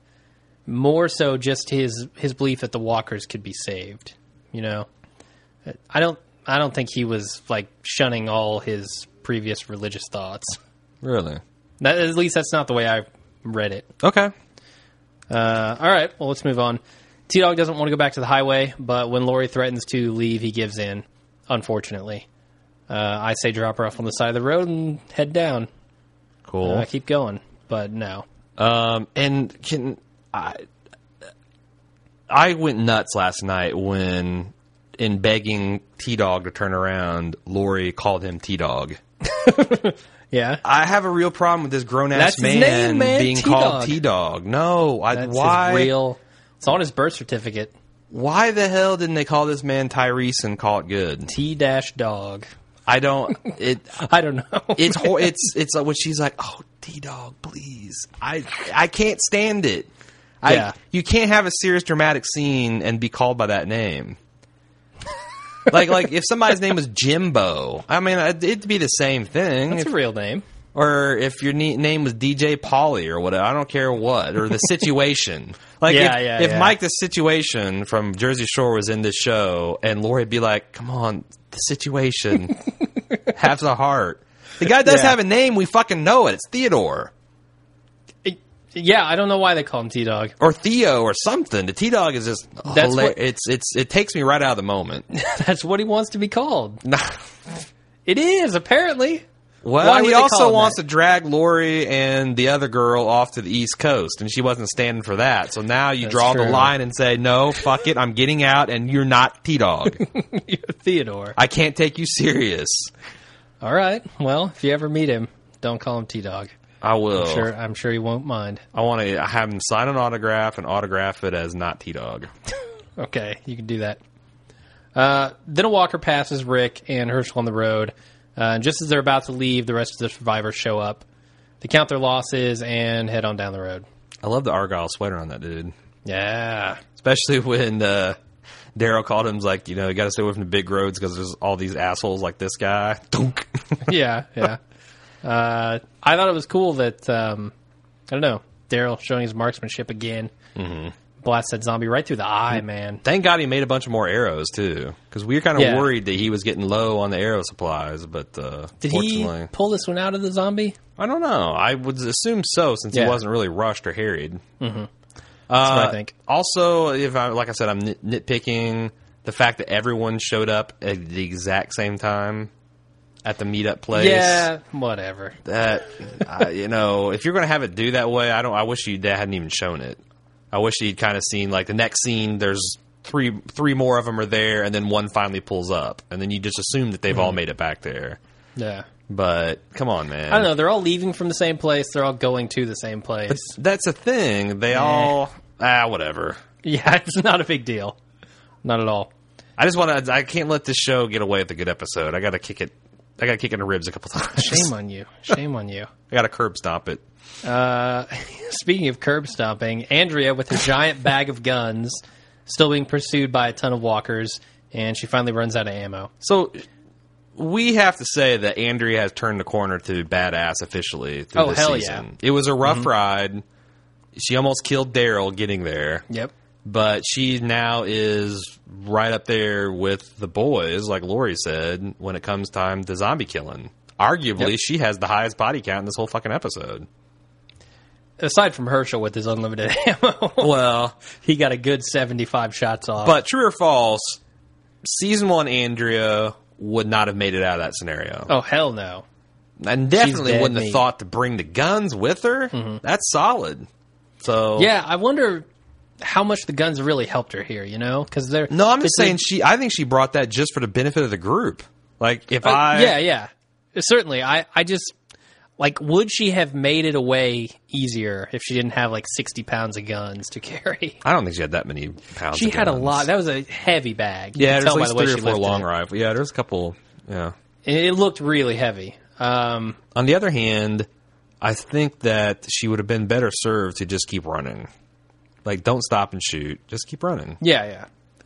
Speaker 2: More so, just his his belief that the walkers could be saved. You know, I don't I don't think he was like shunning all his previous religious thoughts.
Speaker 3: Really?
Speaker 2: That, at least that's not the way I read it.
Speaker 3: Okay.
Speaker 2: Uh, all right, well, let's move on. T Dog doesn't want to go back to the highway, but when Lori threatens to leave, he gives in, unfortunately. Uh, I say drop her off on the side of the road and head down.
Speaker 3: Cool.
Speaker 2: I keep going, but no.
Speaker 3: Um, and can I? I went nuts last night when, in begging T Dog to turn around, Lori called him T Dog.
Speaker 2: Yeah.
Speaker 3: I have a real problem with this grown ass
Speaker 2: That's
Speaker 3: man,
Speaker 2: his name, man,
Speaker 3: being
Speaker 2: T-Dog.
Speaker 3: called T Dog. No, I,
Speaker 2: That's
Speaker 3: why?
Speaker 2: his real. It's on his birth certificate.
Speaker 3: why the hell didn't they call this man Tyrese and call it good?
Speaker 2: T dash dog.
Speaker 3: I don't. It
Speaker 2: I don't know.
Speaker 3: it's hor- it's it's like when she's like, "Oh, T Dog, please." I I can't stand it. I,
Speaker 2: Yeah.
Speaker 3: you can't have a serious dramatic scene and be called by that name. like like if somebody's name was Jimbo, I mean I- it'd be the same thing.
Speaker 2: That's
Speaker 3: If-
Speaker 2: a real name.
Speaker 3: or if your ne- name was DJ Polly or whatever, I don't care what, or the situation. Like
Speaker 2: Yeah,
Speaker 3: if,
Speaker 2: yeah,
Speaker 3: if
Speaker 2: yeah.
Speaker 3: Mike the situation from Jersey Shore was in this show, and Lori'd be like, "Come on, the situation, have the heart." The guy does
Speaker 2: Yeah.
Speaker 3: have a name. We fucking know it. It's Theodore
Speaker 2: It- yeah, I don't know why they call him T dog.
Speaker 3: or Theo or something. The T Dog is just
Speaker 2: That's
Speaker 3: hila-
Speaker 2: what-
Speaker 3: it's it's it takes me right out of the moment.
Speaker 2: That's what he wants to be called.
Speaker 3: Nah.
Speaker 2: It is apparently.
Speaker 3: Well,
Speaker 2: Why would
Speaker 3: he
Speaker 2: they call
Speaker 3: also
Speaker 2: him
Speaker 3: wants
Speaker 2: that?
Speaker 3: to drag Lori and the other girl off to the East Coast, and she wasn't standing for that. So now you
Speaker 2: That's
Speaker 3: draw the
Speaker 2: true.
Speaker 3: line and say, "No, fuck it, I'm getting out, and you're not T Dog.
Speaker 2: Theodore.
Speaker 3: I can't take you serious."
Speaker 2: All right. Well, if you ever meet him, don't call him T dog.
Speaker 3: I will.
Speaker 2: I'm sure. I'm sure he won't mind.
Speaker 3: I want to have him sign an autograph and autograph it as not T Dog.
Speaker 2: Okay, you can do that. Uh, then a walker passes Rick and Herschel on the road. Uh, and just as they're about to leave, the rest of the survivors show up. They count their losses and head on down the road.
Speaker 3: I love the Argyle sweater on that dude,
Speaker 2: Yeah.
Speaker 3: especially when uh, Daryl called him like, you know, you got to stay away from the big roads because there's all these assholes like this guy. Dunk.
Speaker 2: yeah, yeah. Uh, I thought it was cool that um, I don't know Daryl showing his marksmanship again. Mm-hmm. Blast that zombie right through the eye, man.
Speaker 3: Thank God he made a bunch of more arrows too, because we were kind of
Speaker 2: Yeah.
Speaker 3: worried that he was getting low on the arrow supplies. But uh,
Speaker 2: Did
Speaker 3: fortunately,
Speaker 2: he pull this one out of the zombie?
Speaker 3: I don't know. I would assume so, since
Speaker 2: Yeah.
Speaker 3: he wasn't really rushed or harried. Mm-hmm.
Speaker 2: what I think.
Speaker 3: Also, if I like I said, I'm nit- nitpicking the fact that everyone showed up at the exact same time at the meetup place.
Speaker 2: Yeah, whatever.
Speaker 3: That I, you know, if you're going to have it do that way, I don't. I wish you they hadn't even shown it. I wish you'd kind of seen like the next scene. There's three three more of them are there, and then one finally pulls up, and then you just assume that they've
Speaker 2: Mm-hmm.
Speaker 3: all made it back there.
Speaker 2: Yeah,
Speaker 3: But come on, man.
Speaker 2: I don't know. They're all leaving from the same place. They're all going to the same place.
Speaker 3: That's a thing. They all ah whatever.
Speaker 2: yeah, it's not a big deal. Not at all.
Speaker 3: I just want to. I can't let this show get away with a good episode. I got to kick it. I got to kick it in the ribs a couple times.
Speaker 2: Shame on you. Shame on you.
Speaker 3: I got to curb stomp it.
Speaker 2: Uh, speaking of curb stomping, Andrea with her giant bag of guns, still being pursued by a ton of walkers, and she finally runs out of ammo.
Speaker 3: So we have to say that Andrea has turned the corner to badass officially. Through
Speaker 2: Oh,
Speaker 3: this
Speaker 2: hell Mm-hmm.
Speaker 3: season. It was a rough ride. She almost killed Daryl getting there,
Speaker 2: Yep.
Speaker 3: but she now is right up there with the boys, like Lori said, when it comes time to zombie killing. Arguably, she has the highest body count in this whole fucking episode.
Speaker 2: Aside from Herschel with his unlimited ammo,
Speaker 3: Well,
Speaker 2: he got a good 75 shots off.
Speaker 3: but true or false, season one Andrea would not have made it out of that scenario.
Speaker 2: oh, hell no.
Speaker 3: and definitely
Speaker 2: dead
Speaker 3: wouldn't have
Speaker 2: meat.
Speaker 3: thought to bring the guns with her. That's solid. So
Speaker 2: Mm-hmm. Yeah, I wonder how much the guns really helped her here, you know? Because they're.
Speaker 3: no, I'm just
Speaker 2: between-
Speaker 3: saying she. I think she brought that just for the benefit of the group. Like if
Speaker 2: Uh,
Speaker 3: I
Speaker 2: yeah, yeah. Certainly. I, I just. Like, would she have made it away easier if she didn't have, like, 60 pounds of guns to carry?
Speaker 3: I don't think she had that many pounds.
Speaker 2: She
Speaker 3: of
Speaker 2: had a
Speaker 3: guns.
Speaker 2: lot. That was a heavy bag. You
Speaker 3: yeah,
Speaker 2: could
Speaker 3: there's
Speaker 2: tell
Speaker 3: at
Speaker 2: by
Speaker 3: least
Speaker 2: the way
Speaker 3: three or
Speaker 2: she
Speaker 3: four
Speaker 2: lifted
Speaker 3: long
Speaker 2: it.
Speaker 3: rifle. Yeah, there's a couple. Yeah.
Speaker 2: And it looked really heavy. Um,
Speaker 3: On the other hand, I think that she would have been better served to just keep running. Like, don't stop and shoot. Just keep running.
Speaker 2: yeah,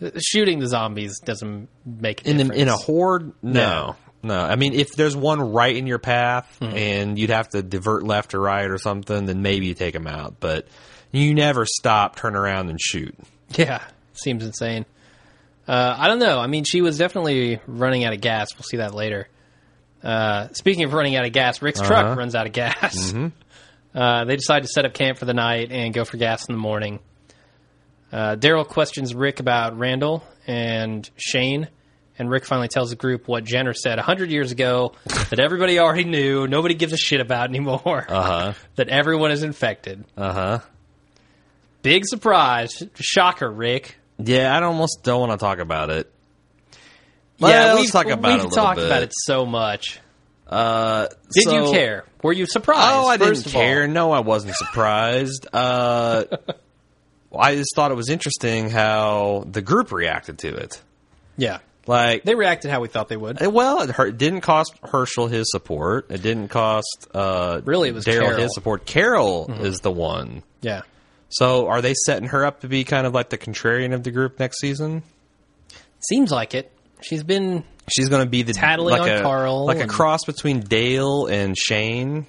Speaker 2: yeah. Shooting the zombies doesn't make a
Speaker 3: in a,
Speaker 2: difference.
Speaker 3: in a horde
Speaker 2: Yeah.
Speaker 3: no no i mean if there's one right in your path
Speaker 2: Mm-hmm.
Speaker 3: and you'd have to divert left or right or something then maybe you take them out but you never stop turn around and shoot
Speaker 2: yeah, seems insane. Uh, I don't know. I mean, she was definitely running out of gas. We'll see that later. Uh, speaking of running out of gas, Rick's
Speaker 3: Uh-huh.
Speaker 2: truck runs out of gas. Uh, they decide to set up camp for the night and go for gas in the morning. Uh, Daryl questions Rick about Randall and Shane, and Rick finally tells the group what Jenner said 100 years ago that everybody already knew, nobody gives a shit about anymore,
Speaker 3: uh-huh
Speaker 2: that everyone is infected.
Speaker 3: uh-huh
Speaker 2: Big surprise. Shocker, Rick.
Speaker 3: yeah i almost don't want to talk about it yeah let's
Speaker 2: we've-
Speaker 3: talk about it a
Speaker 2: We've
Speaker 3: little
Speaker 2: talked
Speaker 3: bit.
Speaker 2: about it so much.
Speaker 3: Uh,
Speaker 2: Did
Speaker 3: so-
Speaker 2: you care? Were you surprised?
Speaker 3: Oh, I
Speaker 2: first
Speaker 3: didn't
Speaker 2: of all?
Speaker 3: care. No, I wasn't surprised. uh, well, I just thought it was interesting how the group reacted to it.
Speaker 2: Yeah,
Speaker 3: Like,
Speaker 2: they reacted how we thought they would.
Speaker 3: Eh, Well, it hurt, didn't cost Herschel his support. It didn't cost uh,
Speaker 2: Really, it was Mm-hmm.
Speaker 3: Daryl
Speaker 2: Carol.
Speaker 3: his support. Carol is the one.
Speaker 2: Yeah,
Speaker 3: So, are they setting her up to be kind of like the contrarian of the group next season?
Speaker 2: seems like it. She's been
Speaker 3: She's going to be the
Speaker 2: Tattling
Speaker 3: like
Speaker 2: on
Speaker 3: a,
Speaker 2: Carl
Speaker 3: like a
Speaker 2: and-
Speaker 3: cross between Dale and Shane.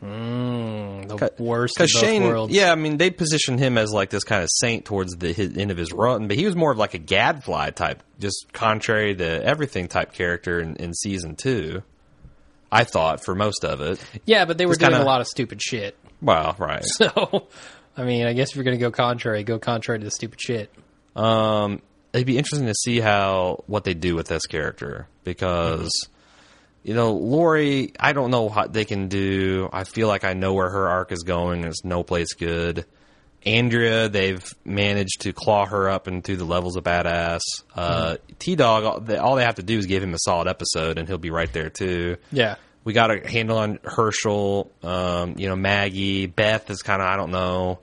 Speaker 2: the
Speaker 3: Cut-
Speaker 2: worst of
Speaker 3: Because
Speaker 2: both
Speaker 3: Shane,
Speaker 2: worlds.
Speaker 3: yeah, I mean, they positioned him as like this kind of saint towards the his, end of his run, but he was more of like a gadfly type, just contrary to everything type character in, in season two. I thought for most of it.
Speaker 2: yeah, but they were
Speaker 3: Just
Speaker 2: doing
Speaker 3: kinda-
Speaker 2: a lot of stupid shit.
Speaker 3: Well, right.
Speaker 2: So, I mean, I guess if you're going to go contrary, go contrary to the stupid shit.
Speaker 3: Um, it'd be interesting to see how what they do with this character because you know Lori. I don't know what they can do. I feel like I know where her arc is going. and It's no place good. Andrea, they've managed to claw her up and through the levels of badass. Uh, T Dog, all they, all they have to do is give him a solid episode, and he'll be right there too.
Speaker 2: Yeah,
Speaker 3: We got a handle on Herschel, um, you know, Maggie, Beth is kind of I don't know,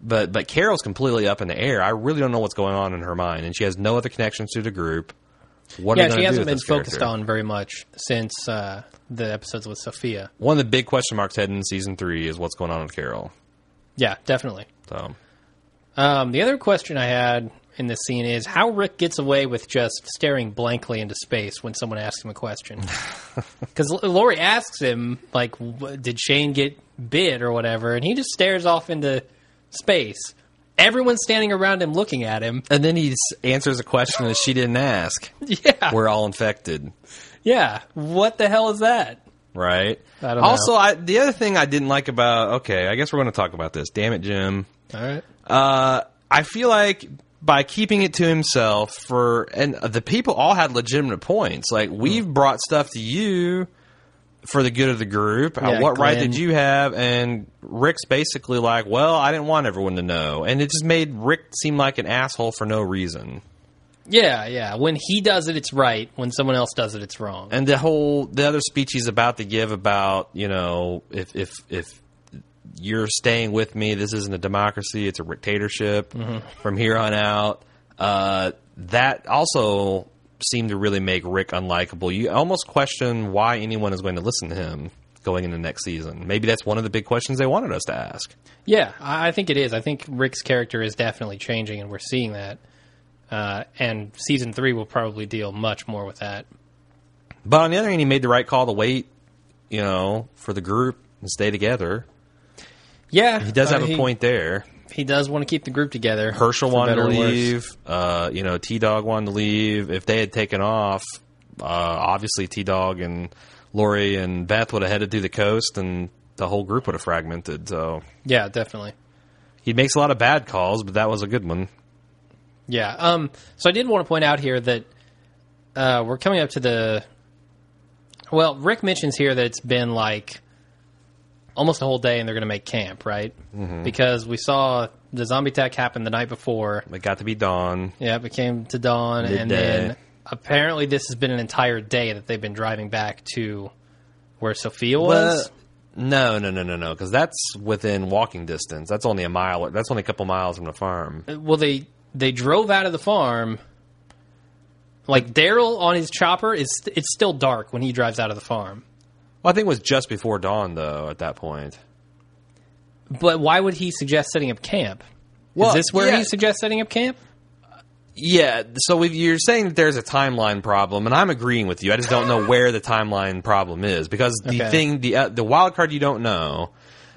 Speaker 3: but but Carol's completely up in the air. I really don't know what's going on in her mind, and she has no other connections to the group. What are
Speaker 2: yeah.
Speaker 3: they
Speaker 2: She
Speaker 3: gonna do
Speaker 2: hasn't
Speaker 3: with
Speaker 2: been
Speaker 3: this
Speaker 2: focused
Speaker 3: character?
Speaker 2: on very much since uh, the episodes with Sophia.
Speaker 3: One of the big question marks heading into season three is what's going on with Carol.
Speaker 2: Yeah, definitely.
Speaker 3: So
Speaker 2: Um, the other question I had in this scene is how Rick gets away with just staring blankly into space when someone asks him a question. Because Lori asks him, like, w- did Shane get bit or whatever? And he just stares off into space. Everyone's standing around him looking at him.
Speaker 3: and then he s- answers a question that she didn't ask.
Speaker 2: Yeah.
Speaker 3: We're all infected.
Speaker 2: Yeah. What the hell is that?
Speaker 3: Right.
Speaker 2: I don't
Speaker 3: also,
Speaker 2: know.
Speaker 3: I, the other thing I didn't like about okay, I guess we're going to talk about this. Damn it, Jim.
Speaker 2: All right.
Speaker 3: Uh, I feel like by keeping it to himself for and the people all had legitimate points. Like
Speaker 2: Hmm.
Speaker 3: we've brought stuff to you for the good of the group. Uh,
Speaker 2: Yeah,
Speaker 3: what right
Speaker 2: Glenn.
Speaker 3: did you have? And Rick's basically like, "Well, I didn't want everyone to know," and it just made Rick seem like an asshole for no reason.
Speaker 2: Yeah, yeah. When he does it, it's right. When someone else does it, it's wrong.
Speaker 3: And the whole the other speech he's about to give about you know if if if you're staying with me, this isn't a democracy; it's a dictatorship from here on out. Uh, that also seemed to really make Rick unlikable. You almost question why anyone is going to listen to him going into next season. Maybe that's one of the big questions they wanted us to ask.
Speaker 2: Yeah, I I think it is. I think Rick's character is definitely changing, and we're seeing that. Uh, and season three will probably deal much more with that.
Speaker 3: But on the other hand, he made the right call to wait, you know, for the group and stay together.
Speaker 2: Yeah,
Speaker 3: He does have a point there.
Speaker 2: He does want to keep the group together.
Speaker 3: Herschel
Speaker 2: for
Speaker 3: wanted to
Speaker 2: better or worse.
Speaker 3: leave. Uh, you know, T Dog wanted to leave. If they had taken off, uh, obviously T Dog and Lori and Beth would have headed through the coast, and the whole group would have fragmented. So
Speaker 2: Yeah, definitely.
Speaker 3: he makes a lot of bad calls, but that was a good one.
Speaker 2: Yeah. Um. So I did want to point out here that uh, we're coming up to the. Well, Rick mentions here that it's been like almost a whole day, and they're going to make camp, right?
Speaker 3: Mm-hmm.
Speaker 2: Because we saw the zombie attack happen the night before.
Speaker 3: It got to be dawn.
Speaker 2: Yeah, it came to dawn, and
Speaker 3: Midday.
Speaker 2: then apparently this has been an entire day that they've been driving back to where Sophia was.
Speaker 3: no, no, no, no, no, because that's within walking distance. That's only a mile. or- That's only a couple miles from the farm.
Speaker 2: Well, they they drove out of the farm. Like Daryl on his chopper is it's still dark when he drives out of the farm.
Speaker 3: Well, I think it was just before dawn, though. At that point,
Speaker 2: But why would he suggest setting up camp?
Speaker 3: Well,
Speaker 2: is this where
Speaker 3: yeah.
Speaker 2: he suggests setting up camp?
Speaker 3: Yeah, so we've, you're saying that there's a timeline problem, and I'm agreeing with you. I just don't know where the timeline problem is because the
Speaker 2: Okay.
Speaker 3: thing, the uh, the wild card, you don't know.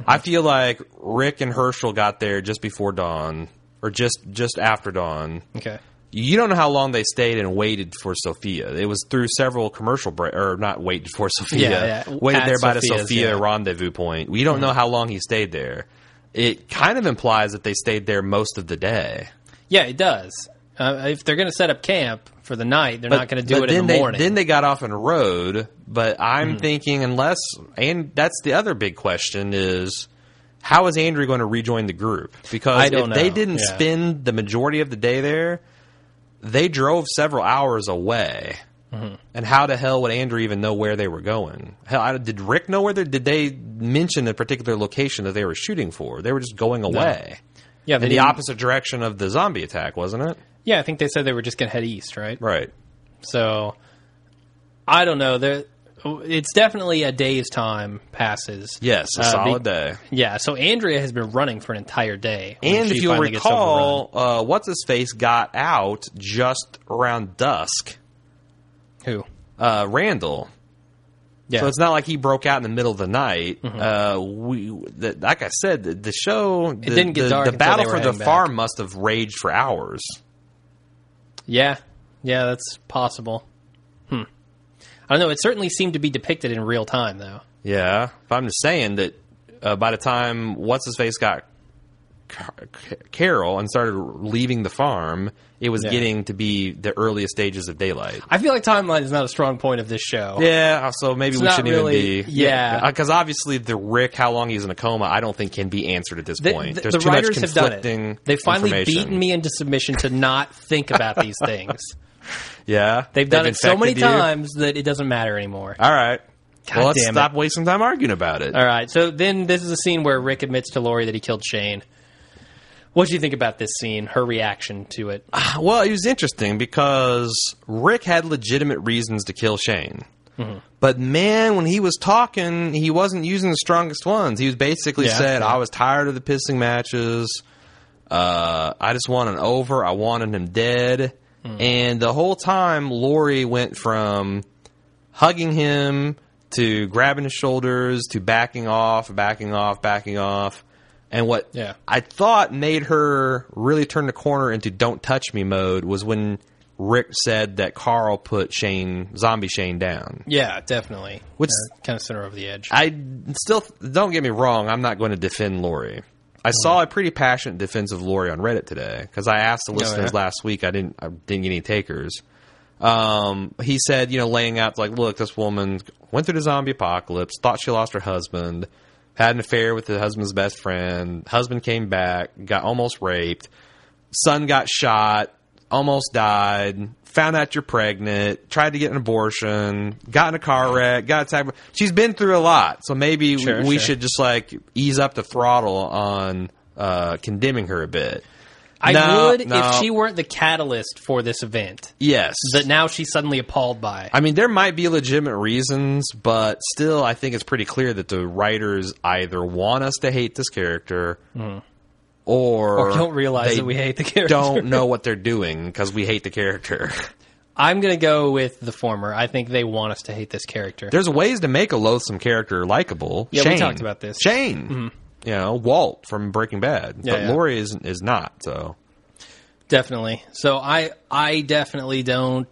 Speaker 3: I feel like Rick and Herschel got there just before dawn, or just just after dawn.
Speaker 2: Okay.
Speaker 3: You don't know how long they stayed and waited for Sophia. It was through several commercial break, or not waited for Sophia.
Speaker 2: Yeah, yeah.
Speaker 3: Waited
Speaker 2: At
Speaker 3: there by the
Speaker 2: Sophia's,
Speaker 3: Sophia
Speaker 2: yeah. Hmm.
Speaker 3: rendezvous point. We don't know how long he stayed there. It kind of implies that they stayed there most of the day.
Speaker 2: Yeah, it does. Uh, if they're going to set up camp for the night, they're not going to do
Speaker 3: but
Speaker 2: it
Speaker 3: then
Speaker 2: in the
Speaker 3: they,
Speaker 2: morning. Hmm.
Speaker 3: Then they got off and rode. But I'm thinking, unless and that's the other big question is, how is Andrew going to rejoin the group? Because
Speaker 2: I don't
Speaker 3: if they
Speaker 2: know.
Speaker 3: didn't
Speaker 2: Yeah.
Speaker 3: spend the majority of the day there, they drove several hours away.
Speaker 2: Mm-hmm.
Speaker 3: And how the hell would Andrew even know where they were going? Hell, I, did Rick know where they did they mention a particular location that they were shooting for? They were just going away
Speaker 2: Yeah, they
Speaker 3: in the
Speaker 2: didn't-
Speaker 3: opposite direction of the zombie attack, wasn't it?
Speaker 2: Yeah, I think they said they were just going to head east, right?
Speaker 3: Right.
Speaker 2: So I don't know. There, it's definitely a day's time passes.
Speaker 3: Yes, a
Speaker 2: Uh, be-
Speaker 3: solid day.
Speaker 2: Yeah, so Andrea has been running for an entire day. when
Speaker 3: And
Speaker 2: she
Speaker 3: if you'll
Speaker 2: finally gets overrun.
Speaker 3: recall, uh, what's his face got out just around dusk.
Speaker 2: who?
Speaker 3: Uh, Randall.
Speaker 2: Yeah, Mm-hmm.
Speaker 3: So it's not like he broke out in the middle of the night. Uh, we, the, like I said, the, the show, the,
Speaker 2: didn't get
Speaker 3: the,
Speaker 2: dark
Speaker 3: the
Speaker 2: until
Speaker 3: battle
Speaker 2: they
Speaker 3: for
Speaker 2: were
Speaker 3: the
Speaker 2: heading back.
Speaker 3: farm must have raged for hours.
Speaker 2: yeah, yeah. That's possible. Hmm. I don't know. It certainly seemed to be depicted in real time, though.
Speaker 3: Yeah, but I'm just saying that uh, by the time what's his face got Car- Car- Carol and started leaving the farm, it was
Speaker 2: Yeah.
Speaker 3: getting to be the earliest stages of daylight.
Speaker 2: I feel like timeline is not a strong point of this show.
Speaker 3: Yeah, so maybe we
Speaker 2: not
Speaker 3: shouldn't
Speaker 2: really-
Speaker 3: even be.
Speaker 2: yeah.
Speaker 3: because obviously the Rick, how long he's in a coma, I don't think can be answered at this
Speaker 2: The,
Speaker 3: point.
Speaker 2: the-
Speaker 3: There's
Speaker 2: the
Speaker 3: too
Speaker 2: writers
Speaker 3: much
Speaker 2: have done
Speaker 3: conflicting.
Speaker 2: it. They've finally
Speaker 3: information.
Speaker 2: beaten me into submission to not think about these things.
Speaker 3: Yeah,
Speaker 2: They've done it so many
Speaker 3: infected you.
Speaker 2: times that it doesn't matter anymore.
Speaker 3: All right. well, let's
Speaker 2: damn it.
Speaker 3: stop wasting time arguing about it.
Speaker 2: All right. So then this is a scene where Rick admits to Lori that he killed Shane. What do you think about this scene? Her reaction to it.
Speaker 3: Well, it was interesting because Rick had legitimate reasons to kill Shane.
Speaker 2: Mm-hmm.
Speaker 3: But man, when he was talking, he wasn't using the strongest ones. He was basically
Speaker 2: Yeah.
Speaker 3: said, "I was tired of the pissing matches. Uh, I just want an over. I wanted him dead."
Speaker 2: Mm.
Speaker 3: And the whole time, Lori went from hugging him to grabbing his shoulders to backing off, backing off, backing off. And what
Speaker 2: Yeah.
Speaker 3: I thought made her really turn the corner into don't touch me mode was when Rick said that Carl put Shane, zombie Shane down.
Speaker 2: Yeah, definitely.
Speaker 3: Which-
Speaker 2: kind of sent her over the edge.
Speaker 3: I still, don't get me wrong, I'm not going to defend Lori. I saw a pretty passionate defense of Lori on Reddit today because I asked the listeners
Speaker 2: yeah?
Speaker 3: last week. I didn't, I didn't get any takers. Um, he said, you know, laying out like, look, this woman went through the zombie apocalypse, thought she lost her husband, had an affair with the husband's best friend, husband came back, got almost raped, son got shot, almost died, found out you're pregnant, tried to get an abortion, got in a car wreck, got attacked. by- She's been through a lot, so maybe
Speaker 2: Sure,
Speaker 3: we
Speaker 2: sure.
Speaker 3: should just like ease up the throttle on uh, condemning her a bit.
Speaker 2: I
Speaker 3: No,
Speaker 2: would
Speaker 3: no.
Speaker 2: if she weren't the catalyst for this event
Speaker 3: Yes,
Speaker 2: that now she's suddenly appalled by.
Speaker 3: I mean, there might be legitimate reasons, but still, I think it's pretty clear that the writers either want us to hate this character, or,
Speaker 2: Hmm. Or don't realize
Speaker 3: they
Speaker 2: that we hate the character.
Speaker 3: Don't know what they're doing because we hate the character.
Speaker 2: I'm going to go with the former. I think they want us to hate this character.
Speaker 3: There's ways to make a loathsome character likable.
Speaker 2: Yeah, we
Speaker 3: Shane.
Speaker 2: talked about this. Mm-hmm.
Speaker 3: Shane, you know Walt from Breaking Bad,
Speaker 2: Yeah,
Speaker 3: but
Speaker 2: yeah.
Speaker 3: Lori is is not. So
Speaker 2: Definitely. So I I definitely don't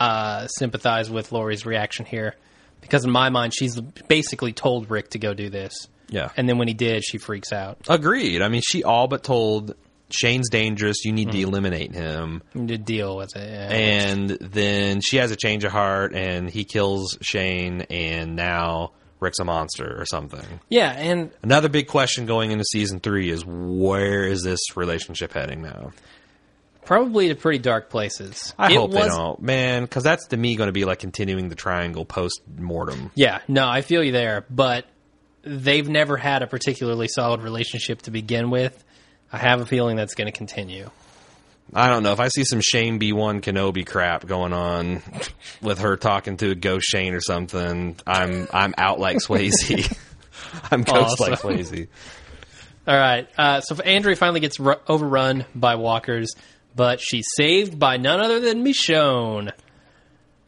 Speaker 2: uh, sympathize with Lori's reaction here because in my mind she's basically told Rick to go do this.
Speaker 3: Yeah.
Speaker 2: And then when he did, she freaks out.
Speaker 3: agreed. I mean, she all but told Shane's dangerous. You need
Speaker 2: Mm-hmm.
Speaker 3: to eliminate him.
Speaker 2: To deal with it. Yeah.
Speaker 3: and then she has a change of heart and he kills Shane and now Rick's a monster or something.
Speaker 2: yeah, and
Speaker 3: Another big question going into season 3 is where is this relationship heading now?
Speaker 2: probably to pretty dark places.
Speaker 3: I
Speaker 2: It
Speaker 3: hope they
Speaker 2: was-
Speaker 3: don't. Man, cuz that's to me going to be like continuing the triangle post mortem.
Speaker 2: Yeah, no, I feel you there, but they've never had a particularly solid relationship to begin with. I have a feeling that's going to continue.
Speaker 3: I don't know. If I see some Shane B1 Kenobi crap going on with her talking to a ghost Shane or something, I'm I'm out like Swayze. I'm ghost like
Speaker 2: Awesome.
Speaker 3: Swayze.
Speaker 2: All right. Uh, so Andrea finally gets ru- overrun by walkers, but she's saved by none other than Michonne.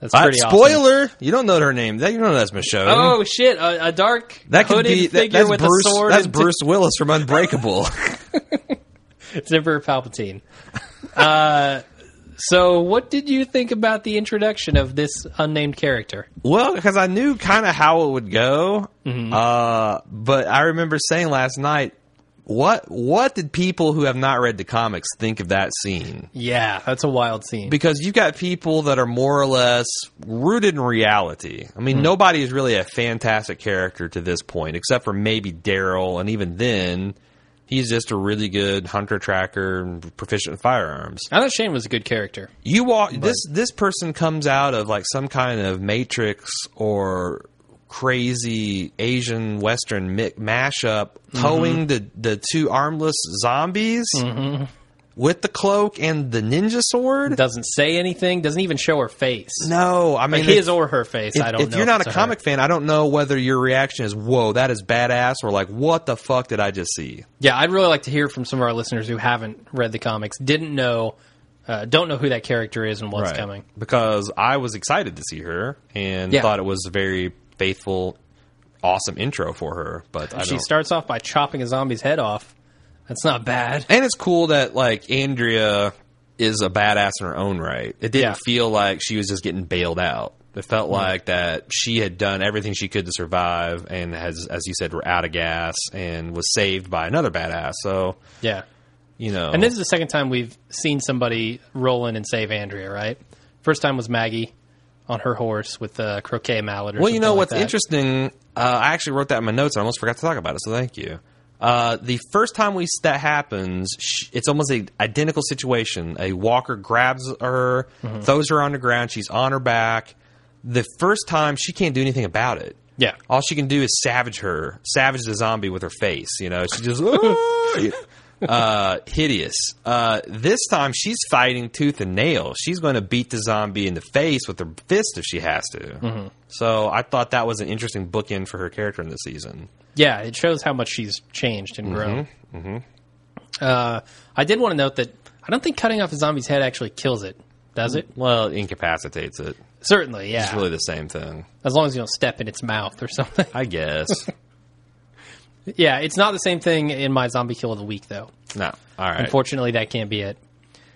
Speaker 2: That's
Speaker 3: Uh,
Speaker 2: pretty awesome.
Speaker 3: spoiler! You don't know her name. That- You don't know that's Michonne.
Speaker 2: Oh shit! A, a dark
Speaker 3: That could
Speaker 2: hooded
Speaker 3: be that,
Speaker 2: figure
Speaker 3: that's
Speaker 2: with
Speaker 3: Bruce.
Speaker 2: a sword.
Speaker 3: that's
Speaker 2: and two-
Speaker 3: Bruce Willis from Unbreakable.
Speaker 2: It's Emperor Palpatine. uh, so, what did you think about the introduction of this unnamed character?
Speaker 3: well, because I knew kind of how it would go,
Speaker 2: Mm-hmm.
Speaker 3: uh, but I remember saying last night, what what did people who have not read the comics think of that scene?
Speaker 2: Yeah, that's a wild scene.
Speaker 3: Because you've got people that are more or less rooted in reality. I mean, nobody is really a fantastic character to this point, except for maybe Daryl, and even then, He's just a really good hunter tracker and proficient in firearms.
Speaker 2: I thought Shane was a good character.
Speaker 3: You walk this this person comes out of like some kind of Matrix or crazy Asian Western mi- mashup, towing the the two armless zombies with the cloak and the ninja sword.
Speaker 2: Doesn't say anything. Doesn't even show her face.
Speaker 3: no, I mean
Speaker 2: like
Speaker 3: if-
Speaker 2: his or her face.
Speaker 3: If,
Speaker 2: I don't
Speaker 3: if
Speaker 2: know.
Speaker 3: you're not a
Speaker 2: it's
Speaker 3: comic
Speaker 2: her.
Speaker 3: fan, I don't know whether your reaction is "Whoa, that is badass" or like "What the fuck did I just see?"
Speaker 2: yeah, I'd really like to hear from some of our listeners who haven't read the comics, didn't know, uh, don't know who that character is and what's coming.
Speaker 3: Because I was excited to see her and
Speaker 2: Yeah.
Speaker 3: thought it was a very faithful, awesome intro for her. But I
Speaker 2: She
Speaker 3: don't.
Speaker 2: starts off by chopping a zombie's head off. That's not bad.
Speaker 3: and it's cool that like Andrea is a badass in her own right. It didn't
Speaker 2: Yeah. Mm-hmm.
Speaker 3: feel like she was just getting bailed out. It felt like that she had done everything she could to survive, and has, as you said, were out of gas and was saved by another badass. So
Speaker 2: Yeah.
Speaker 3: you know,
Speaker 2: And this is the second time we've seen somebody roll in and save Andrea, right? First time was Maggie on her horse with the croquet mallet or
Speaker 3: Well, you know
Speaker 2: something like
Speaker 3: what's
Speaker 2: that.
Speaker 3: interesting? Uh, I actually wrote that in my notes. and I almost forgot to talk about it, so thank you. Uh, the first time we that happens, sh it's almost a identical situation. A walker grabs her,
Speaker 2: Mm-hmm.
Speaker 3: throws her on the ground. She's on her back. The first time, she can't do anything about it.
Speaker 2: Yeah.
Speaker 3: All she can do is savage her, savage the zombie with her face. You know, she just "Ah!" uh, hideous. Uh, this time, she's fighting tooth and nail. She's going to beat the zombie in the face with her fist if she has to.
Speaker 2: Mm-hmm.
Speaker 3: So I thought that was an interesting bookend for her character in this season.
Speaker 2: Yeah, it shows how much she's changed and grown.
Speaker 3: Mm-hmm,
Speaker 2: Uh, I did want to note that I don't think cutting off a zombie's head actually kills it, does it?
Speaker 3: Well, it incapacitates it.
Speaker 2: Certainly, yeah.
Speaker 3: It's really the same thing,
Speaker 2: as long as you don't step in its mouth or something.
Speaker 3: I guess.
Speaker 2: yeah, it's not the same thing in my zombie kill of the week, though.
Speaker 3: no, all right.
Speaker 2: Unfortunately, that can't be it.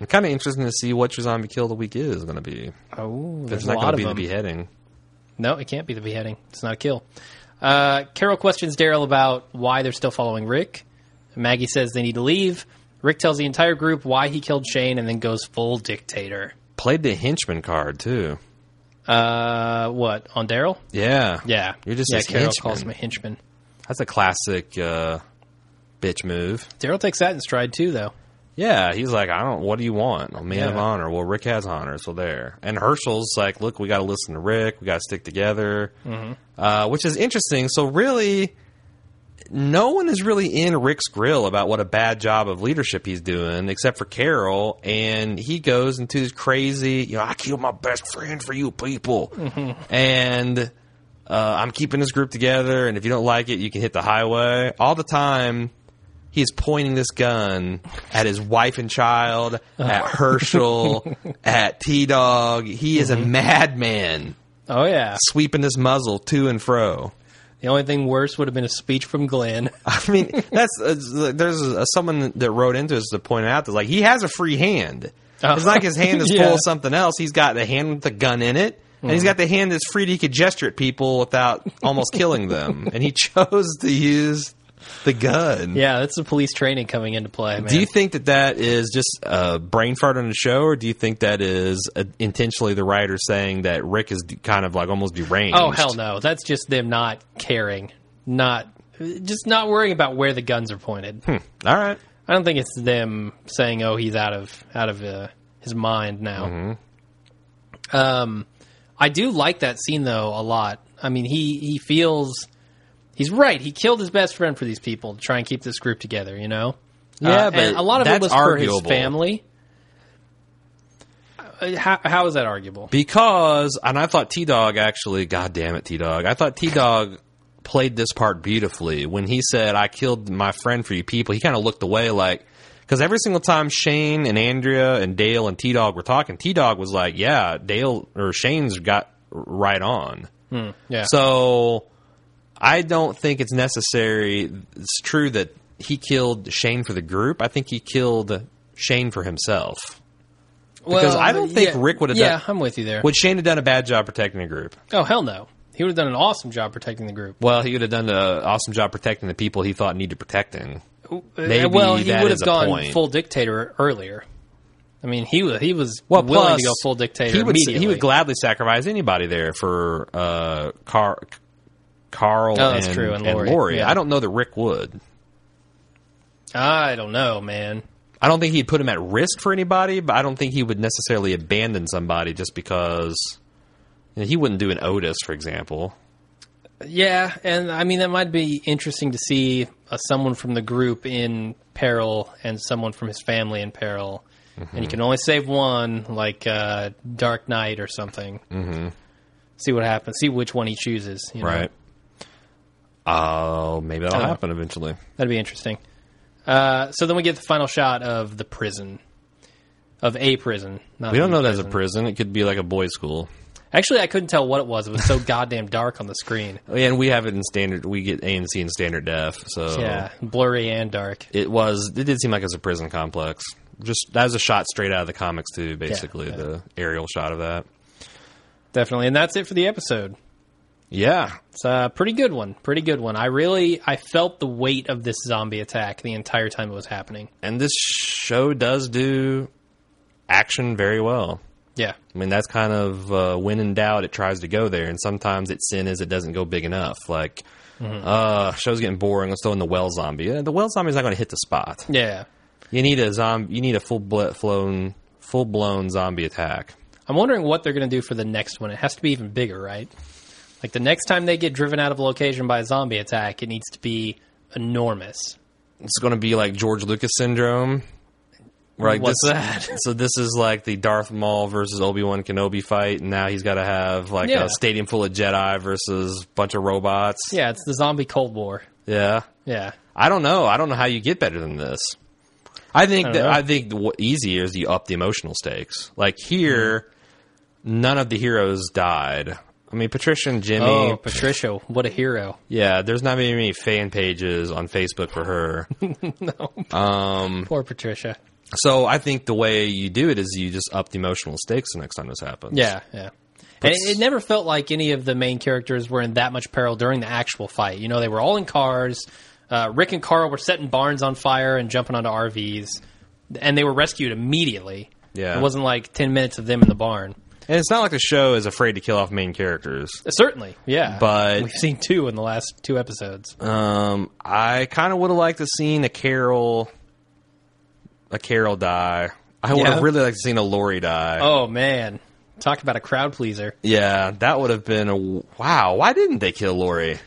Speaker 3: I'm kind of interested to see what your zombie kill of the week is going to be.
Speaker 2: Oh,
Speaker 3: It's
Speaker 2: there's a
Speaker 3: not going
Speaker 2: lot
Speaker 3: to
Speaker 2: of
Speaker 3: be the
Speaker 2: them.
Speaker 3: beheading.
Speaker 2: No, it can't be the beheading. It's not a kill. Uh, Carol questions Daryl about why they're still following Rick. Maggie says they need to leave. Rick tells the entire group why he killed Shane and then goes full dictator.
Speaker 3: Played the henchman card too.
Speaker 2: Uh, what on Daryl?
Speaker 3: Yeah,
Speaker 2: Yeah,
Speaker 3: You're just
Speaker 2: yeah.
Speaker 3: his
Speaker 2: Carol
Speaker 3: henchman.
Speaker 2: calls him a henchman.
Speaker 3: That's a classic uh, bitch move.
Speaker 2: Daryl takes that in stride too, though.
Speaker 3: Yeah, he's like, I don't. What do you want? A man of
Speaker 2: Yeah.
Speaker 3: honor. Well, Rick has honor, so there. And Herschel's like, look, we got to listen to Rick. We got to stick together, mm-hmm. uh, which is interesting. So really, no one is really in Rick's grill about what a bad job of leadership he's doing, except for Carol. And he goes into this crazy, you know, I killed my best friend for you people, and uh, I'm keeping this group together. And if you don't like it, you can hit the highway all the time he's pointing this gun at his wife and child, at Herschel, at T Dog. He is a madman
Speaker 2: Oh yeah.
Speaker 3: sweeping this muzzle to and fro.
Speaker 2: The only thing worse would have been a speech from Glenn.
Speaker 3: I mean, that's uh, there's uh, someone that wrote into us to point out that like he has a free hand.
Speaker 2: Oh.
Speaker 3: It's like his hand is
Speaker 2: Yeah.
Speaker 3: full of something else. He's got the hand with the gun in it, and he's got the hand that's free that he could gesture at people without almost killing them. And he chose to use the gun.
Speaker 2: yeah, that's the police training coming into play. Man.
Speaker 3: Do you think that that is just a brain fart on the show, or do you think that is uh intentionally the writer saying that Rick is d- kind of like almost deranged?
Speaker 2: Oh hell no! That's just them not caring, not just not worrying about where the guns are pointed.
Speaker 3: All right.
Speaker 2: I don't think it's them saying, "Oh, he's out of out of uh, his mind now."
Speaker 3: Mm-hmm.
Speaker 2: Um, I do like that scene though a lot. I mean, he he feels he's right. He killed his best friend for these people to try and keep this group together. You know,
Speaker 3: Yeah,
Speaker 2: Uh, and
Speaker 3: but
Speaker 2: a lot of it
Speaker 3: that's
Speaker 2: was for
Speaker 3: arguable.
Speaker 2: his family. Uh, How, how is that arguable?
Speaker 3: Because, and I thought T Dog actually, God damn it, T Dog. I thought T Dog played this part beautifully when he said, "I killed my friend for you people." He kind of looked away, like because every single time Shane and Andrea and Dale and T Dog were talking, T Dog was like, "Yeah, Dale or Shane's got right on."
Speaker 2: Yeah.
Speaker 3: So I don't think it's necessary. It's true that he killed Shane for the group. I think he killed Shane for himself. because I don't think Rick would have
Speaker 2: Yeah,
Speaker 3: done-
Speaker 2: I'm with you there.
Speaker 3: Would Shane have done a bad job protecting the group?
Speaker 2: Oh hell no! He would have done an awesome job protecting the group.
Speaker 3: Well, he would have done an awesome job protecting the people he thought needed protecting. Maybe
Speaker 2: Uh, well, he
Speaker 3: that
Speaker 2: would
Speaker 3: is
Speaker 2: have
Speaker 3: a
Speaker 2: gone
Speaker 3: point.
Speaker 2: full dictator earlier. I mean, he was he was
Speaker 3: Well,
Speaker 2: willing
Speaker 3: plus,
Speaker 2: to go full dictator
Speaker 3: He would,
Speaker 2: immediately.
Speaker 3: he would gladly sacrifice anybody there for uh, Car- Carl
Speaker 2: Oh,
Speaker 3: and,
Speaker 2: that's true, and Lori. Yeah.
Speaker 3: I don't know that Rick would.
Speaker 2: I don't know, man.
Speaker 3: I don't think he'd put him at risk for anybody, but I don't think he would necessarily abandon somebody just because you know, he wouldn't do an Otis, for example.
Speaker 2: Yeah, and I mean that might be interesting to see uh, someone from the group in peril and someone from his family in peril, and
Speaker 3: Mm-hmm.
Speaker 2: you can only save one, like uh, Dark Knight or something. Mm-hmm. See what happens. See which one he chooses. you know?
Speaker 3: Oh, maybe that'll
Speaker 2: Oh.
Speaker 3: happen eventually.
Speaker 2: That'd be interesting. Uh, so then we get the final shot of the prison, of a prison. Not
Speaker 3: We don't
Speaker 2: the
Speaker 3: know that's a prison. It could be like a boys' school.
Speaker 2: Actually, I couldn't tell what it was. It was so goddamn dark on the screen.
Speaker 3: Oh, And we have it in standard. We get A and C in standard def. So
Speaker 2: Yeah, blurry and dark.
Speaker 3: it was. It did seem like it was a prison complex. Just that was a shot straight out of the comics too. Basically,
Speaker 2: yeah.
Speaker 3: the aerial shot of that.
Speaker 2: Definitely, and that's it for the episode.
Speaker 3: Yeah,
Speaker 2: It's a pretty good one. Pretty good one. I really I felt the weight of this zombie attack the entire time it was happening.
Speaker 3: and this show does do action very well.
Speaker 2: Yeah.
Speaker 3: I mean, that's kind of uh, when in doubt, it tries to go there, and sometimes its sin is it doesn't go big enough. Like,
Speaker 2: Mm-hmm.
Speaker 3: uh, show's getting boring. Let's throw in the well zombie. Yeah, The well zombie's not going to hit the spot.
Speaker 2: Yeah.
Speaker 3: You need a zombie. You need a full bl- flown, full blown zombie attack.
Speaker 2: I'm wondering what they're going to do for the next one. It has to be even bigger, right? Like the next time they get driven out of a location by a zombie attack, it needs to be enormous.
Speaker 3: It's going to be like George Lucas syndrome. Right.
Speaker 2: What's
Speaker 3: this,
Speaker 2: that?
Speaker 3: So this is like the Darth Maul versus Obi Wan Kenobi fight, and now he's got to have like
Speaker 2: Yeah.
Speaker 3: a stadium full of Jedi versus bunch of robots.
Speaker 2: Yeah, it's the zombie Cold War.
Speaker 3: Yeah.
Speaker 2: Yeah.
Speaker 3: I don't know. I don't know how you get better than this. I think
Speaker 2: I don't
Speaker 3: that
Speaker 2: know.
Speaker 3: I think the easier is you up the emotional stakes. Like here, none of the heroes died. I mean, Patricia and Jimmy.
Speaker 2: Oh, Patricia, what a hero.
Speaker 3: Yeah, there's not very many fan pages on Facebook for her.
Speaker 2: Poor Patricia.
Speaker 3: so I think the way you do it is you just up the emotional stakes the next time this happens.
Speaker 2: Yeah, yeah. And it, it never felt like any of the main characters were in that much peril during the actual fight. You know, they were all in cars. Uh, Rick and Carl were setting barns on fire and jumping onto RVs, and they were rescued immediately.
Speaker 3: Yeah.
Speaker 2: it wasn't like ten minutes of them in the barn. Uh,
Speaker 3: And it's not like the show is afraid to kill off main characters.
Speaker 2: Certainly, yeah.
Speaker 3: But-
Speaker 2: we've seen two in the last two episodes.
Speaker 3: Um, I kind of would have liked to seen a Carol, a Carol die. I would
Speaker 2: Yeah.
Speaker 3: have really liked to seen a Lori die.
Speaker 2: oh man, talk about a crowd pleaser.
Speaker 3: Yeah, that would have been a wow. Why didn't they kill Lori?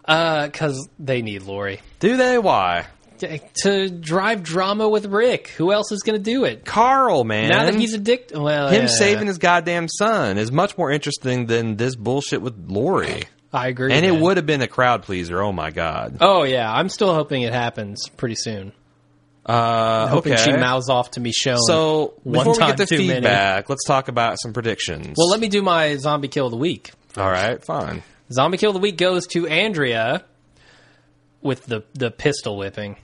Speaker 2: Because Uh, they need Lori
Speaker 3: Do they? Why?
Speaker 2: to drive drama with Rick. Who else is going to do it?
Speaker 3: Carl, man.
Speaker 2: Now that he's addicted, well,
Speaker 3: him
Speaker 2: yeah,
Speaker 3: saving his goddamn son is much more interesting than this bullshit with Lori.
Speaker 2: I agree,
Speaker 3: And it
Speaker 2: man.
Speaker 3: would have been a crowd pleaser. Oh my god.
Speaker 2: Oh yeah, I'm still hoping it happens pretty soon.
Speaker 3: Uh,
Speaker 2: Hoping
Speaker 3: okay.
Speaker 2: she mouths off to Michonne.
Speaker 3: so
Speaker 2: One
Speaker 3: before we
Speaker 2: time
Speaker 3: get the
Speaker 2: too many.
Speaker 3: feedback, let's talk about some predictions.
Speaker 2: well, let me do my zombie kill of the week.
Speaker 3: All right, fine.
Speaker 2: Zombie kill of the week goes to Andrea with the the pistol whipping,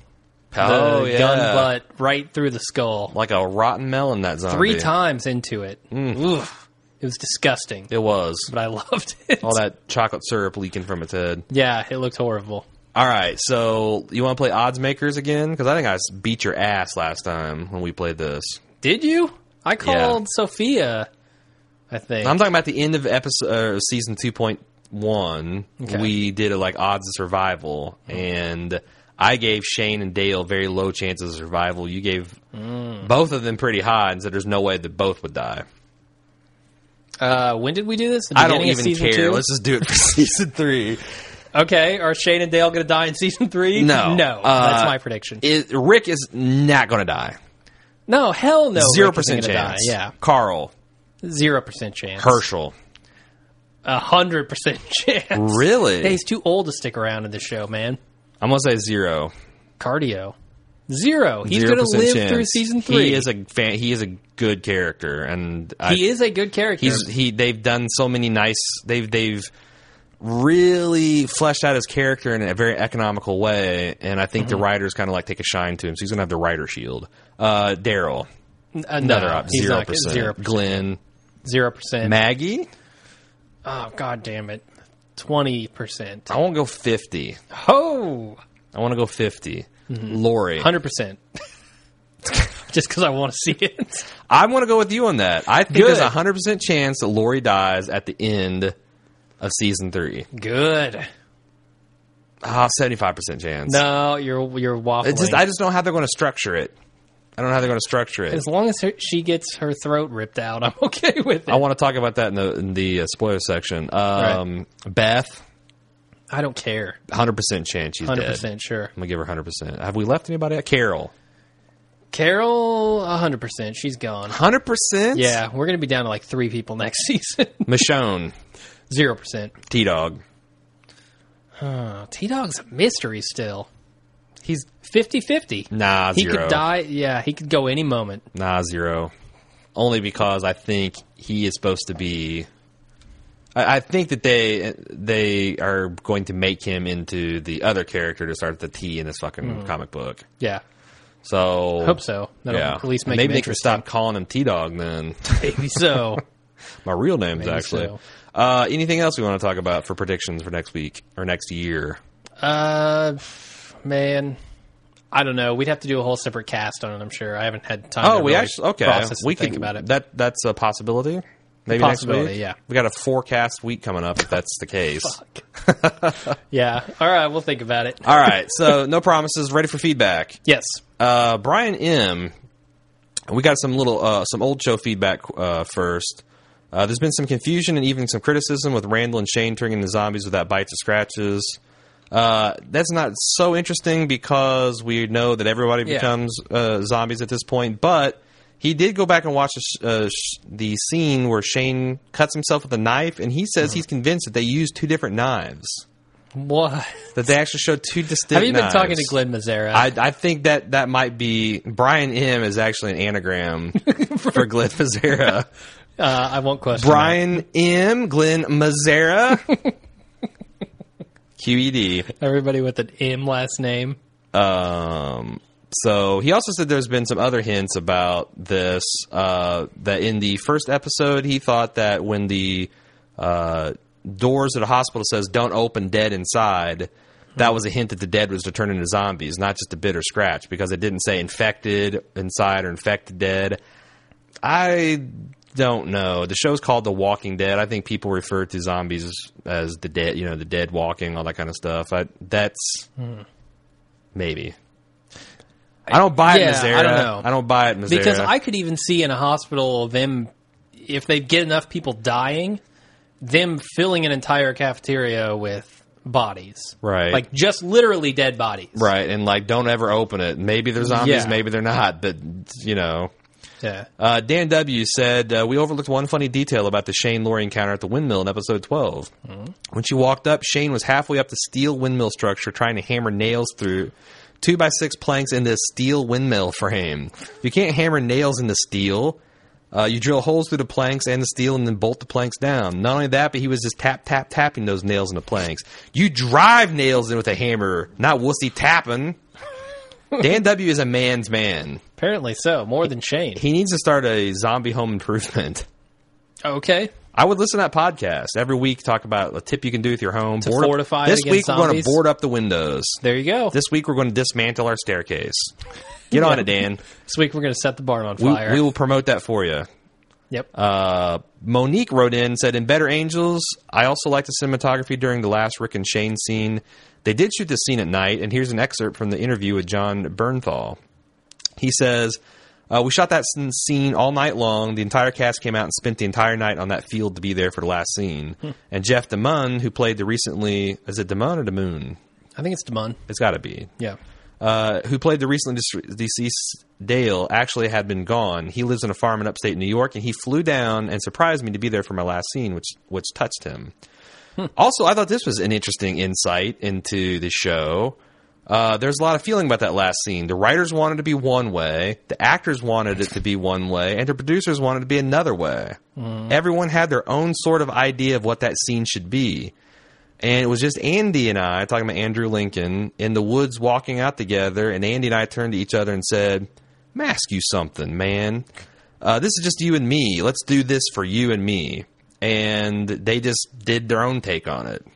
Speaker 2: the
Speaker 3: oh yeah,
Speaker 2: gun butt right through the skull,
Speaker 3: like a rotten melon. That zombie.
Speaker 2: three times into it.
Speaker 3: Mm.
Speaker 2: Oof. It was disgusting,
Speaker 3: It was
Speaker 2: but I loved it.
Speaker 3: all that chocolate syrup leaking from its head.
Speaker 2: Yeah, it looked horrible.
Speaker 3: All right, so you want to play odds makers again? Because I think I s- beat your ass last time when we played this.
Speaker 2: Did you? I called Sophia. I think.
Speaker 3: I'm talking about the end of episode uh, season two point one.
Speaker 2: Okay.
Speaker 3: We did a like odds of survival, and I gave Shane and Dale very low chances of survival. You gave
Speaker 2: Mm.
Speaker 3: both of them pretty high, and said there's no way that both would die.
Speaker 2: uh, when did we do this? The
Speaker 3: I don't
Speaker 2: beginning of
Speaker 3: even
Speaker 2: season
Speaker 3: care.
Speaker 2: two?
Speaker 3: Let's just do it for season three.
Speaker 2: Okay, are Shane and Dale going to die in season three?
Speaker 3: No.
Speaker 2: no,
Speaker 3: Uh,
Speaker 2: that's my prediction.
Speaker 3: It, Rick is not going to die.
Speaker 2: no, hell no,
Speaker 3: Zero
Speaker 2: Oh, Rick isn't
Speaker 3: percent
Speaker 2: gonna die.
Speaker 3: chance. Carl
Speaker 2: Yeah, zero percent chance.
Speaker 3: Herschel.
Speaker 2: a hundred percent chance.
Speaker 3: Really?
Speaker 2: Hey, he's too old to stick around in this show, man.
Speaker 3: I'm gonna say zero.
Speaker 2: Cardio, zero. He's
Speaker 3: Zero
Speaker 2: going to
Speaker 3: percent
Speaker 2: live
Speaker 3: chance.
Speaker 2: through season three.
Speaker 3: He is a fan, he is a good character, and I,
Speaker 2: He is a good character.
Speaker 3: he's he. They've done so many nice. They've they've really fleshed out his character in a very economical way, and I think
Speaker 2: Mm-hmm.
Speaker 3: the writers kind of like take a shine to him. So he's gonna have the writer shield. Uh, Daryl,
Speaker 2: Uh, no,
Speaker 3: another up
Speaker 2: he's
Speaker 3: zero
Speaker 2: not-
Speaker 3: percent.
Speaker 2: Zero,
Speaker 3: Glenn,
Speaker 2: zero percent.
Speaker 3: Maggie.
Speaker 2: oh god damn it, twenty percent.
Speaker 3: I won't go fifty.
Speaker 2: Oh,
Speaker 3: I want to go 50
Speaker 2: Mm-hmm.
Speaker 3: Lori,
Speaker 2: hundred percent. Just because I want to see it.
Speaker 3: I'm going to go with you on that. I think
Speaker 2: Good.
Speaker 3: there's a hundred percent chance that Lori dies at the end of season three.
Speaker 2: Good.
Speaker 3: Ah, seventy five percent chance.
Speaker 2: No, you're you're waffling.
Speaker 3: It's just I just don't know how they're going to structure it. I don't know how they're going to structure it.
Speaker 2: as long as her, she gets her throat ripped out, I'm okay with it.
Speaker 3: I want to talk about that in the in the uh, spoiler section. Um, Beth,
Speaker 2: I don't care.
Speaker 3: hundred percent chance she's
Speaker 2: Hundred
Speaker 3: dead.
Speaker 2: percent sure.
Speaker 3: I'm gonna give her hundred percent. Have we left anybody? out? Carol,
Speaker 2: Carol, hundred percent. She's gone.
Speaker 3: hundred percent.
Speaker 2: Yeah, we're gonna be down to like three people next season.
Speaker 3: Michonne,
Speaker 2: Zero percent.
Speaker 3: T Dog.
Speaker 2: T Dog's a mystery still.
Speaker 3: He's
Speaker 2: 50 50.
Speaker 3: nah
Speaker 2: He
Speaker 3: Mm, zero.
Speaker 2: could die. Yeah, he could go any moment.
Speaker 3: Nah zero. Only because I think he is supposed to be. I, I think that they they are going to make him into the other character to start with the T in this fucking
Speaker 2: Mm-hmm.
Speaker 3: comic book.
Speaker 2: Yeah.
Speaker 3: So
Speaker 2: Hope so. That'll
Speaker 3: yeah.
Speaker 2: at least make
Speaker 3: maybe
Speaker 2: him
Speaker 3: they can stop calling him T Dog then.
Speaker 2: Maybe so.
Speaker 3: My real name's
Speaker 2: Maybe
Speaker 3: actually.
Speaker 2: so.
Speaker 3: Uh, anything else we want to talk about for predictions for next week or next year?
Speaker 2: uh, man. I don't know. We'd have to do a whole separate cast on it, I'm sure. I haven't had time
Speaker 3: Oh,
Speaker 2: to
Speaker 3: we
Speaker 2: really
Speaker 3: actually okay.
Speaker 2: process and
Speaker 3: we
Speaker 2: think
Speaker 3: can
Speaker 2: about it.
Speaker 3: That that's a possibility. Maybe next
Speaker 2: Possibility,
Speaker 3: week.
Speaker 2: yeah.
Speaker 3: we got a forecast week coming up. If that's the case.
Speaker 2: yeah. All right. We'll think about it.
Speaker 3: All right. So no promises. Ready for feedback.
Speaker 2: Yes.
Speaker 3: Uh, Brian M. We got some little uh, some old show feedback uh, first. Uh, there's been some confusion and even some criticism with Randall and Shane turning into zombies without bites or scratches. Uh, that's not so interesting because we know that everybody
Speaker 2: Yeah.
Speaker 3: becomes uh, zombies at this point. But he did go back and watch the, sh- uh, sh- the scene where Shane cuts himself with a knife, and he
Speaker 2: Hmm.
Speaker 3: says he's convinced that they used two different knives.
Speaker 2: What?
Speaker 3: That they actually showed two distinct.
Speaker 2: Have you been
Speaker 3: knives.
Speaker 2: talking to Glenn Mazzara?
Speaker 3: I, I think that that might be Brian M is actually an anagram for Glenn Mazzara.
Speaker 2: uh, I won't question.
Speaker 3: Brian M, Glenn Mazzara. QED.
Speaker 2: that. Everybody with an M last name.
Speaker 3: Um, so he also said there's been some other hints about this. Uh, that in the first episode, he thought that when the uh, doors at a hospital says "Don't open, dead inside," that was a hint that the dead was to turn into zombies, not just a bitter scratch, because it didn't say infected inside or infected dead. I don't know. The show's called The Walking Dead. I think people refer to zombies as the dead, you know, the dead walking, all that kind of stuff. I, that's maybe. I don't buy
Speaker 2: Yeah,
Speaker 3: it, Mazzara.
Speaker 2: I don't know.
Speaker 3: I don't buy it, Mazzara.
Speaker 2: Because I could even see in a hospital them, if they get enough people dying, them filling an entire cafeteria with bodies.
Speaker 3: Right.
Speaker 2: Like just literally dead bodies.
Speaker 3: right and like don't ever open it. Maybe they're zombies,
Speaker 2: Yeah.
Speaker 3: maybe they're not, but you know.
Speaker 2: Yeah.
Speaker 3: Uh, Dan W said uh, we overlooked one funny detail about the Shane Laurie encounter at the windmill in episode 12 When she walked up, Shane was halfway up the steel windmill structure, trying to hammer nails through two by six planks into a steel windmill frame. You can't hammer nails into steel. Uh, you drill holes through the planks and the steel, and then bolt the planks down. Not only that, but he was just tap tap tapping those nails into planks. You drive nails in with a hammer, not wussy tapping. Dan W is a man's man.
Speaker 2: Apparently so. More than Shane.
Speaker 3: He needs to start a zombie home improvement.
Speaker 2: okay.
Speaker 3: I would listen to that podcast every week. Talk about a tip you can do with your home to
Speaker 2: fortify it
Speaker 3: This
Speaker 2: against
Speaker 3: week we're going
Speaker 2: zombies.
Speaker 3: to board up the windows.
Speaker 2: There you go. This,
Speaker 3: This week we're going to dismantle our staircase. Get on it, Dan.
Speaker 2: week we're going to set the barn on
Speaker 3: We,
Speaker 2: fire.
Speaker 3: we will promote that for you.
Speaker 2: yep.
Speaker 3: Uh, Monique wrote in said, "In Better Angels, I also liked the cinematography during the last Rick and Shane scene. They did shoot this scene at night, and here's an excerpt from the interview with John Bernthal. He says." Uh, we shot that s- scene all night long. The entire cast came out and spent the entire night on that field to be there for the last scene. And Jeff DeMunn, who played the recently, is it DeMunn or DeMoon?
Speaker 2: I think it's Demon.
Speaker 3: It's got to be
Speaker 2: Yeah.
Speaker 3: uh, who played the recently dis- deceased Dale, actually had been gone. He lives on a farm in upstate New York, and he flew down and surprised me to be there for my last scene, which which touched him. Also, I thought this was an interesting insight into the show. Uh, there's a lot of feeling about that last scene. The writers wanted to be one way, the actors wanted it to be one way, and the producers wanted it to be another way. Everyone had their own sort of idea of what that scene should be. And it was just Andy and I talking about Andrew Lincoln in the woods walking out together. And Andy and I turned to each other and said, Mask you something, man. Uh, this is just you and me. Let's do this for you and me. And they just did their own take on it.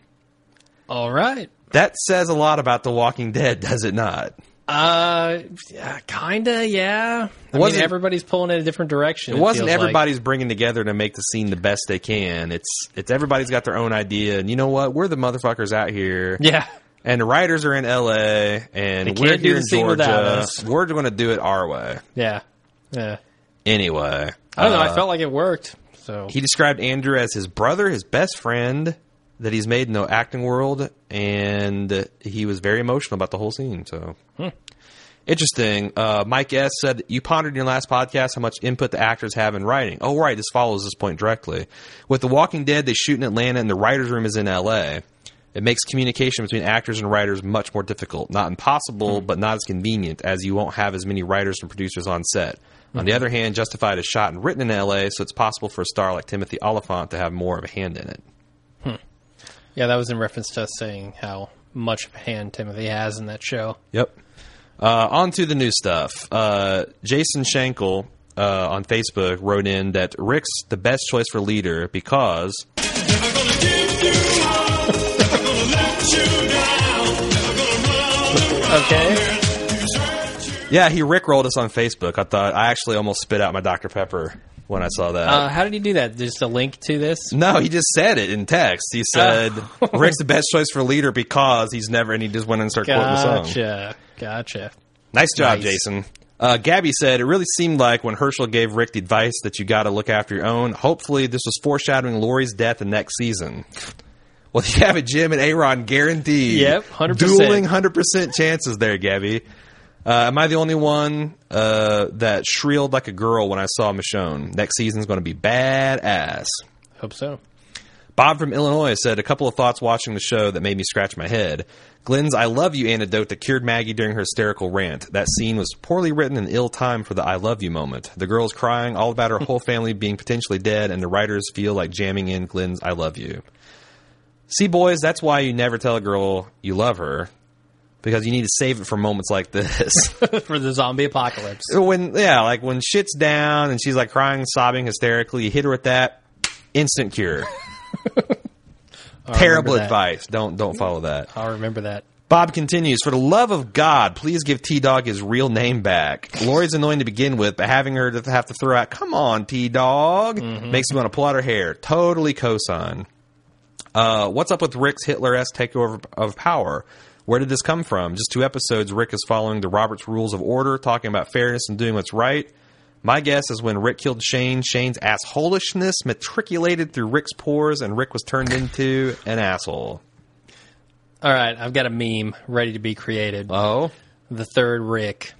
Speaker 2: All right.
Speaker 3: That says a lot about The Walking Dead, does it not?
Speaker 2: Uh, yeah, kinda, yeah. I mean,
Speaker 3: Wasn't-
Speaker 2: everybody's pulling in a different direction.
Speaker 3: It wasn't
Speaker 2: feels like.
Speaker 3: everybody's bringing together to make the scene the best they can. It's it's everybody's got their own idea, and you know what? We're the motherfuckers out here.
Speaker 2: Yeah.
Speaker 3: And the writers are in L.A. and
Speaker 2: They
Speaker 3: we're
Speaker 2: can't do
Speaker 3: here
Speaker 2: the
Speaker 3: in
Speaker 2: scene without
Speaker 3: Georgia.
Speaker 2: us.
Speaker 3: We're going to do it our way
Speaker 2: Yeah. Yeah.
Speaker 3: anyway.
Speaker 2: I don't know.
Speaker 3: uh,
Speaker 2: I felt like it worked. So
Speaker 3: He described Andrew as his brother, his best friend that he's made in the acting world, and he was very emotional about the whole scene. So interesting. Uh, Mike S said you pondered in your last podcast how much input the actors have in writing. Oh, right, this follows this point directly. With The Walking Dead, they shoot in Atlanta, and the writers' room is in L.A. It makes communication between actors and writers much more difficult. Not impossible, but not as convenient, as you won't have as many writers and producers on set. On the other hand, Justified is shot and written in LA, so it's possible for a star like Timothy Oliphant to have more of a hand in it.
Speaker 2: yeah, that was in reference to us saying how much of a hand Timothy has in that show.
Speaker 3: Yep. Uh, on to the new stuff. Uh, Jason Schenkel uh, on Facebook wrote in that Rick's the best choice for leader because
Speaker 2: Okay.
Speaker 3: yeah, he Rick rolled us on Facebook. I thought I actually almost spit out my Dr Pepper when I saw that.
Speaker 2: Uh, how did he do that? Just a link to this?
Speaker 3: no, he just said it in text. He said Rick's the best choice for leader because he's never, and he just went and started quoting the song.
Speaker 2: Gotcha. Gotcha.
Speaker 3: Nice job,
Speaker 2: Nice.
Speaker 3: Jason. Uh, Gabby said, It really seemed like when Herschel gave Rick the advice that you got to look after your own. Hopefully, this was foreshadowing Lori's death the next season. Well, you have a Jim and Aaron guaranteed.
Speaker 2: Yep, 100%.
Speaker 3: Dueling 100% chances there, Gabby. Uh, am I the only one uh, that shrilled like a girl when I saw Michonne? Next season's going to be badass.
Speaker 2: Hope so.
Speaker 3: Bob from Illinois said a couple of thoughts watching the show that made me scratch my head. Glenn's I love you anecdote that cured Maggie during her hysterical rant. That scene was poorly written and ill timed for the I love you moment. The girl's crying all about her whole family being potentially dead, and the writers feel like jamming in Glenn's I love you. See, boys, that's why you never tell a girl you love her. Because you need to save it for moments like this.
Speaker 2: For the zombie apocalypse.
Speaker 3: when yeah, like when shit's down and she's like crying, sobbing hysterically, you hit her with that instant cure. Terrible
Speaker 2: that.
Speaker 3: advice. Don't don't follow that.
Speaker 2: I'll remember that.
Speaker 3: Bob continues, for the love of God, please give T Dog his real name back. Lori's annoying to begin with, but having her to have to throw out, come on, T Dog, makes me want to pull out her hair. Totally cosign. Uh, what's up with Rick's Hitler esque takeover of power? Where did this come from? Just two episodes, Rick is following the Roberts rules of order, talking about fairness and doing what's right. My guess is when Rick killed Shane, Shane's assholishness matriculated through Rick's pores, and Rick was turned into an asshole.
Speaker 2: All right. I've got a meme ready to be created.
Speaker 3: Oh?
Speaker 2: the third Rick.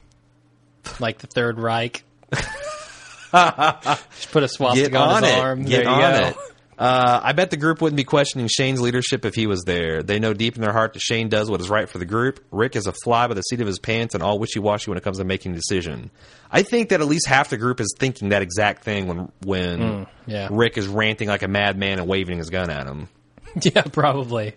Speaker 2: Like the third Reich. Just put a swastika
Speaker 3: Get on,
Speaker 2: his
Speaker 3: it.
Speaker 2: arm.
Speaker 3: Get
Speaker 2: there you
Speaker 3: on
Speaker 2: go.
Speaker 3: it. Uh, I bet the group wouldn't be questioning Shane's leadership if he was there. They know deep in their heart that Shane does what is right for the group. Rick is a fly by the seat of his pants and all wishy-washy when it comes to making a decision. I think that at least half the group is thinking that exact thing when when
Speaker 2: Mm, yeah.
Speaker 3: Rick is ranting like a madman and waving his gun at him.
Speaker 2: Yeah, probably.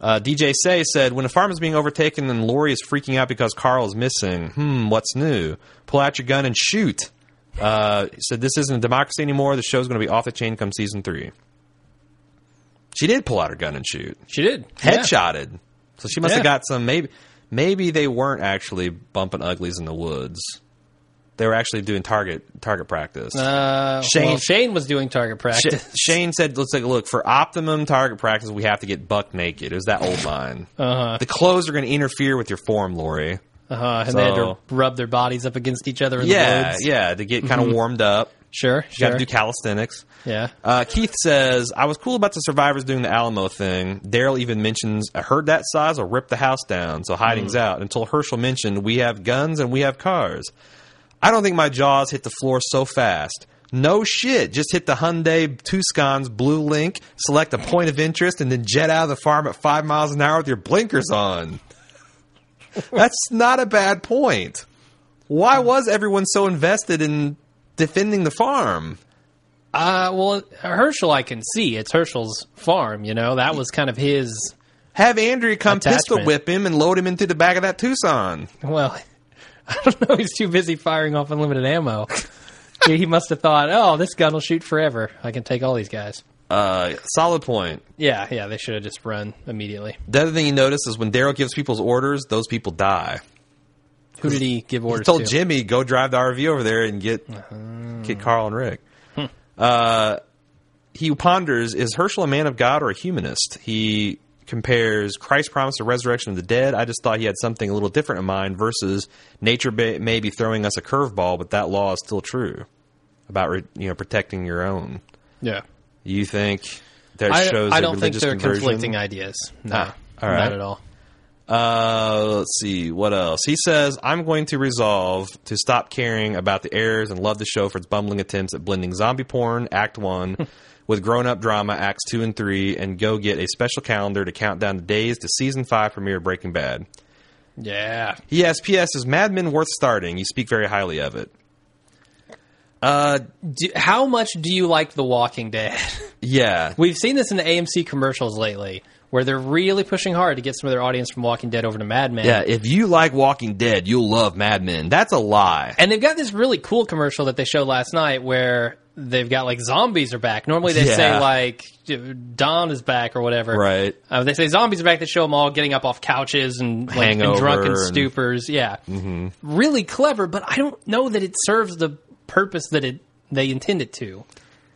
Speaker 3: Uh, DJ Say said, "When a farm is being overtaken and Lori is freaking out because Carl is missing, hmm, what's new? Pull out your gun and shoot." Uh, he said, "This isn't a democracy anymore. The show's going to be off the chain come season three. She did pull out her gun and shoot,
Speaker 2: She did. Yeah.
Speaker 3: headshotted. So she must
Speaker 2: Yeah.
Speaker 3: have got some. Maybe, maybe they weren't actually bumping uglies in the woods. They were actually doing target target practice.
Speaker 2: Uh,
Speaker 3: Shane-
Speaker 2: well, Shane was doing target
Speaker 3: Sh-
Speaker 2: practice.
Speaker 3: Shane said, "Let's take a look for optimum target practice. We have to get buck naked." It was that old line. Uh-huh. The clothes are going to interfere with your form, Lori.
Speaker 2: Uh, and they had to
Speaker 3: So-
Speaker 2: rub their bodies up against each other in the
Speaker 3: yeah,
Speaker 2: woods.
Speaker 3: yeah, to get kind of warmed up.
Speaker 2: Sure,
Speaker 3: You got
Speaker 2: sure.
Speaker 3: to do calisthenics.
Speaker 2: yeah.
Speaker 3: Uh, Keith says, "I was cool about the survivors doing the Alamo thing." Daryl even mentions, "I heard that size will rip the house down." So hiding's out until Herschel mentioned, "We have guns and we have cars." I don't think my jaws hit the floor so fast. No shit. Just hit the Hyundai Tucson's blue link, select a point of interest, and then jet out of the farm at five miles an hour with your blinkers on. That's not a bad point. Why was everyone so invested in defending the farm?
Speaker 2: Uh, well, Herschel, I can see it's Herschel's farm. You know that was kind of his.
Speaker 3: Have Andrea come
Speaker 2: Attachment.
Speaker 3: pistol whip him and load him into the back of that Tucson.
Speaker 2: Well, I don't know. He's too busy firing off unlimited ammo. he he must have thought, oh, this gun will shoot forever. I can take all these guys.
Speaker 3: Uh, solid point.
Speaker 2: Yeah, yeah. They should have just run immediately.
Speaker 3: The other thing you notice is when Daryl gives people's orders, those people die.
Speaker 2: Who did he give orders
Speaker 3: He told
Speaker 2: to?
Speaker 3: Jimmy, go drive the RV over there and get get Carl and Rick. Uh, he ponders: Is Herschel a man of God or a humanist? He compares Christ promised a resurrection of the dead. I just thought he had something a little different in mind versus nature may, may be throwing us a curveball, but that law is still true about re, you know protecting your own.
Speaker 2: Yeah.
Speaker 3: You think that
Speaker 2: I,
Speaker 3: shows
Speaker 2: I
Speaker 3: a
Speaker 2: don't think
Speaker 3: religious
Speaker 2: they're
Speaker 3: conversion?
Speaker 2: conflicting ideas. No.
Speaker 3: Ah, all right.
Speaker 2: Not at all.
Speaker 3: Uh, let's see what else. He says, "I'm going to resolve to stop caring about the errors and love the show for its bumbling attempts at blending zombie porn, Act One, with grown-up drama, Acts Two and Three, and go get a special calendar to count down the days to season five premiere of Breaking Bad."
Speaker 2: Yeah.
Speaker 3: Yes. P.S. Is Mad Men worth starting? You speak very highly of it. Uh,
Speaker 2: Do, how much do you like The Walking Dead?
Speaker 3: yeah.
Speaker 2: We've seen this in the AMC commercials lately, where they're really pushing hard to get some of their audience from Walking Dead over to Mad Men.
Speaker 3: Yeah, if you like Walking Dead, you'll love Mad Men. That's a lie.
Speaker 2: And they've got this really cool commercial that they showed last night where they've got like zombies are back. Normally they
Speaker 3: Yeah.
Speaker 2: say like Don is back or whatever.
Speaker 3: Right.
Speaker 2: Uh, they say zombies are back. They show them all getting up off couches and like in
Speaker 3: Hangover
Speaker 2: drunken
Speaker 3: and- Mm-hmm.
Speaker 2: stupors. Yeah. Really clever, but I don't know that it serves the purpose that it they intend it to.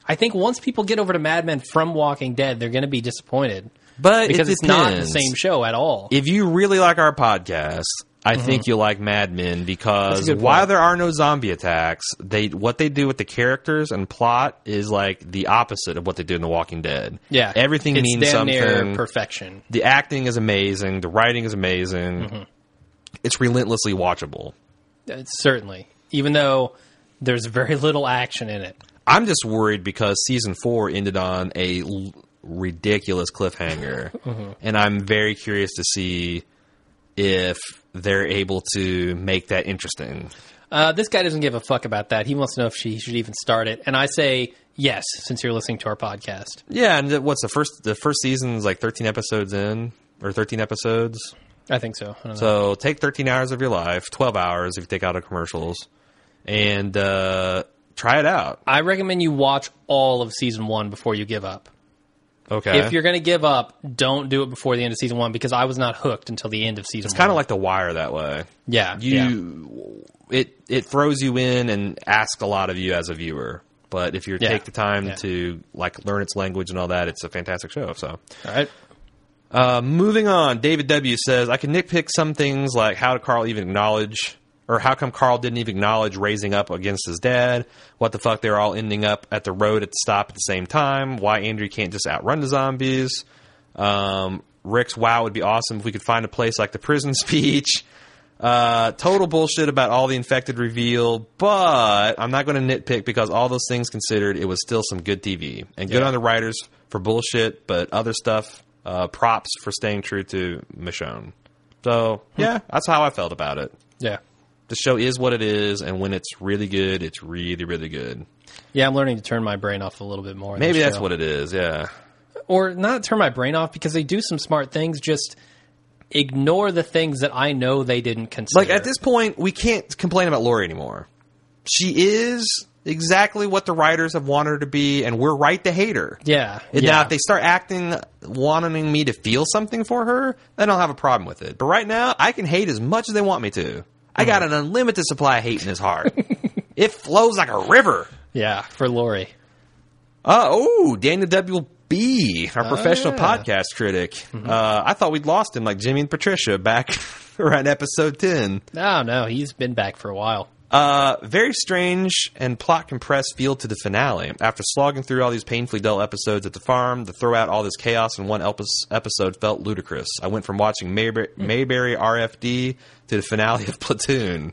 Speaker 2: I think once people get over to Mad Men from Walking Dead, they're going to be disappointed
Speaker 3: But it
Speaker 2: because it's not the
Speaker 3: depends.
Speaker 2: same show at all.
Speaker 3: if you really like our podcast, I think you'll like Mad Men because
Speaker 2: Mm-hmm. That's a good
Speaker 3: while
Speaker 2: point.
Speaker 3: there are no zombie attacks, they what they do with the characters and plot is like the opposite of what they do in The Walking Dead.
Speaker 2: yeah,
Speaker 3: everything
Speaker 2: it's
Speaker 3: means
Speaker 2: damn
Speaker 3: something.
Speaker 2: near perfection.
Speaker 3: the acting is amazing. The writing is amazing.
Speaker 2: Mm-hmm.
Speaker 3: It's relentlessly watchable.
Speaker 2: Uh, Certainly, even though there's very little action in it.
Speaker 3: I'm just worried because season four ended on a l- ridiculous cliffhanger,
Speaker 2: Mm-hmm.
Speaker 3: and I'm very curious to see if they're able to make that interesting.
Speaker 2: Uh, this guy doesn't give a fuck about that. He wants to know if she should even start it, and I say yes, since you're listening to our podcast.
Speaker 3: Yeah, and th- what's the first? The first season's like thirteen episodes in, or thirteen episodes.
Speaker 2: I think so. I don't know.
Speaker 3: So take thirteen hours of your life, twelve hours if you take out the commercials, and uh, try it out.
Speaker 2: I recommend you watch all of season one before you give up.
Speaker 3: Okay,
Speaker 2: If you're going to give up, don't do it before the end of season one because I was not hooked until the end of season.
Speaker 3: it's kind of like The Wire that way.
Speaker 2: yeah, yeah.
Speaker 3: You it it throws you in and asks a lot of you as a viewer. But if you
Speaker 2: Yeah.
Speaker 3: take the time
Speaker 2: Yeah.
Speaker 3: to like learn its language and all that, it's a fantastic show. So
Speaker 2: All right.
Speaker 3: Uh, moving on, David W says I can nitpick some things like how did Carl even acknowledge, or how come Carl didn't even acknowledge raising up against his dad? What the fuck? They're all ending up at the road at the stop at the same time. Why Andrew can't just outrun the zombies? Um, Rick's wow would be awesome if we could find a place like the prison speech. Uh, total bullshit about all the infected reveal, but I'm not going to nitpick because all those things considered, it was still some good TV and good on the writers for bullshit, but other stuff, uh, props for staying true to Michonne. So yeah, that's how I felt about it.
Speaker 2: Yeah.
Speaker 3: The show is what it is, and when it's really good, it's really really good.
Speaker 2: Yeah, I'm learning to turn my brain off a little bit more. in
Speaker 3: Maybe
Speaker 2: this
Speaker 3: that's
Speaker 2: show.
Speaker 3: what it is. Yeah,
Speaker 2: or not turn my brain off because they do some smart things. Just ignore the things that I know they didn't consider.
Speaker 3: Like at this point, we can't complain about Lori anymore. She is exactly what the writers have wanted her to be, and we're right to hate her.
Speaker 2: yeah,
Speaker 3: And
Speaker 2: yeah.
Speaker 3: Now, if they start acting, wanting me to feel something for her, then I'll have a problem with it. But right now, I can hate as much as they want me to. I got an unlimited supply of hate in this heart. it flows like a river.
Speaker 2: yeah, for Lori.
Speaker 3: Uh, oh, Daniel W. B., our professional
Speaker 2: yeah.
Speaker 3: podcast critic. Uh, I thought we'd lost him like Jimmy and Patricia back around episode 10.
Speaker 2: No, Oh, no, he's been back for a while.
Speaker 3: Uh, very strange and plot compressed feel to the finale. After slogging through all these painfully dull episodes at the farm, to throw out all this chaos in one elpis- episode felt ludicrous. I went from watching Mayberry, Mayberry RFD to the finale of Platoon.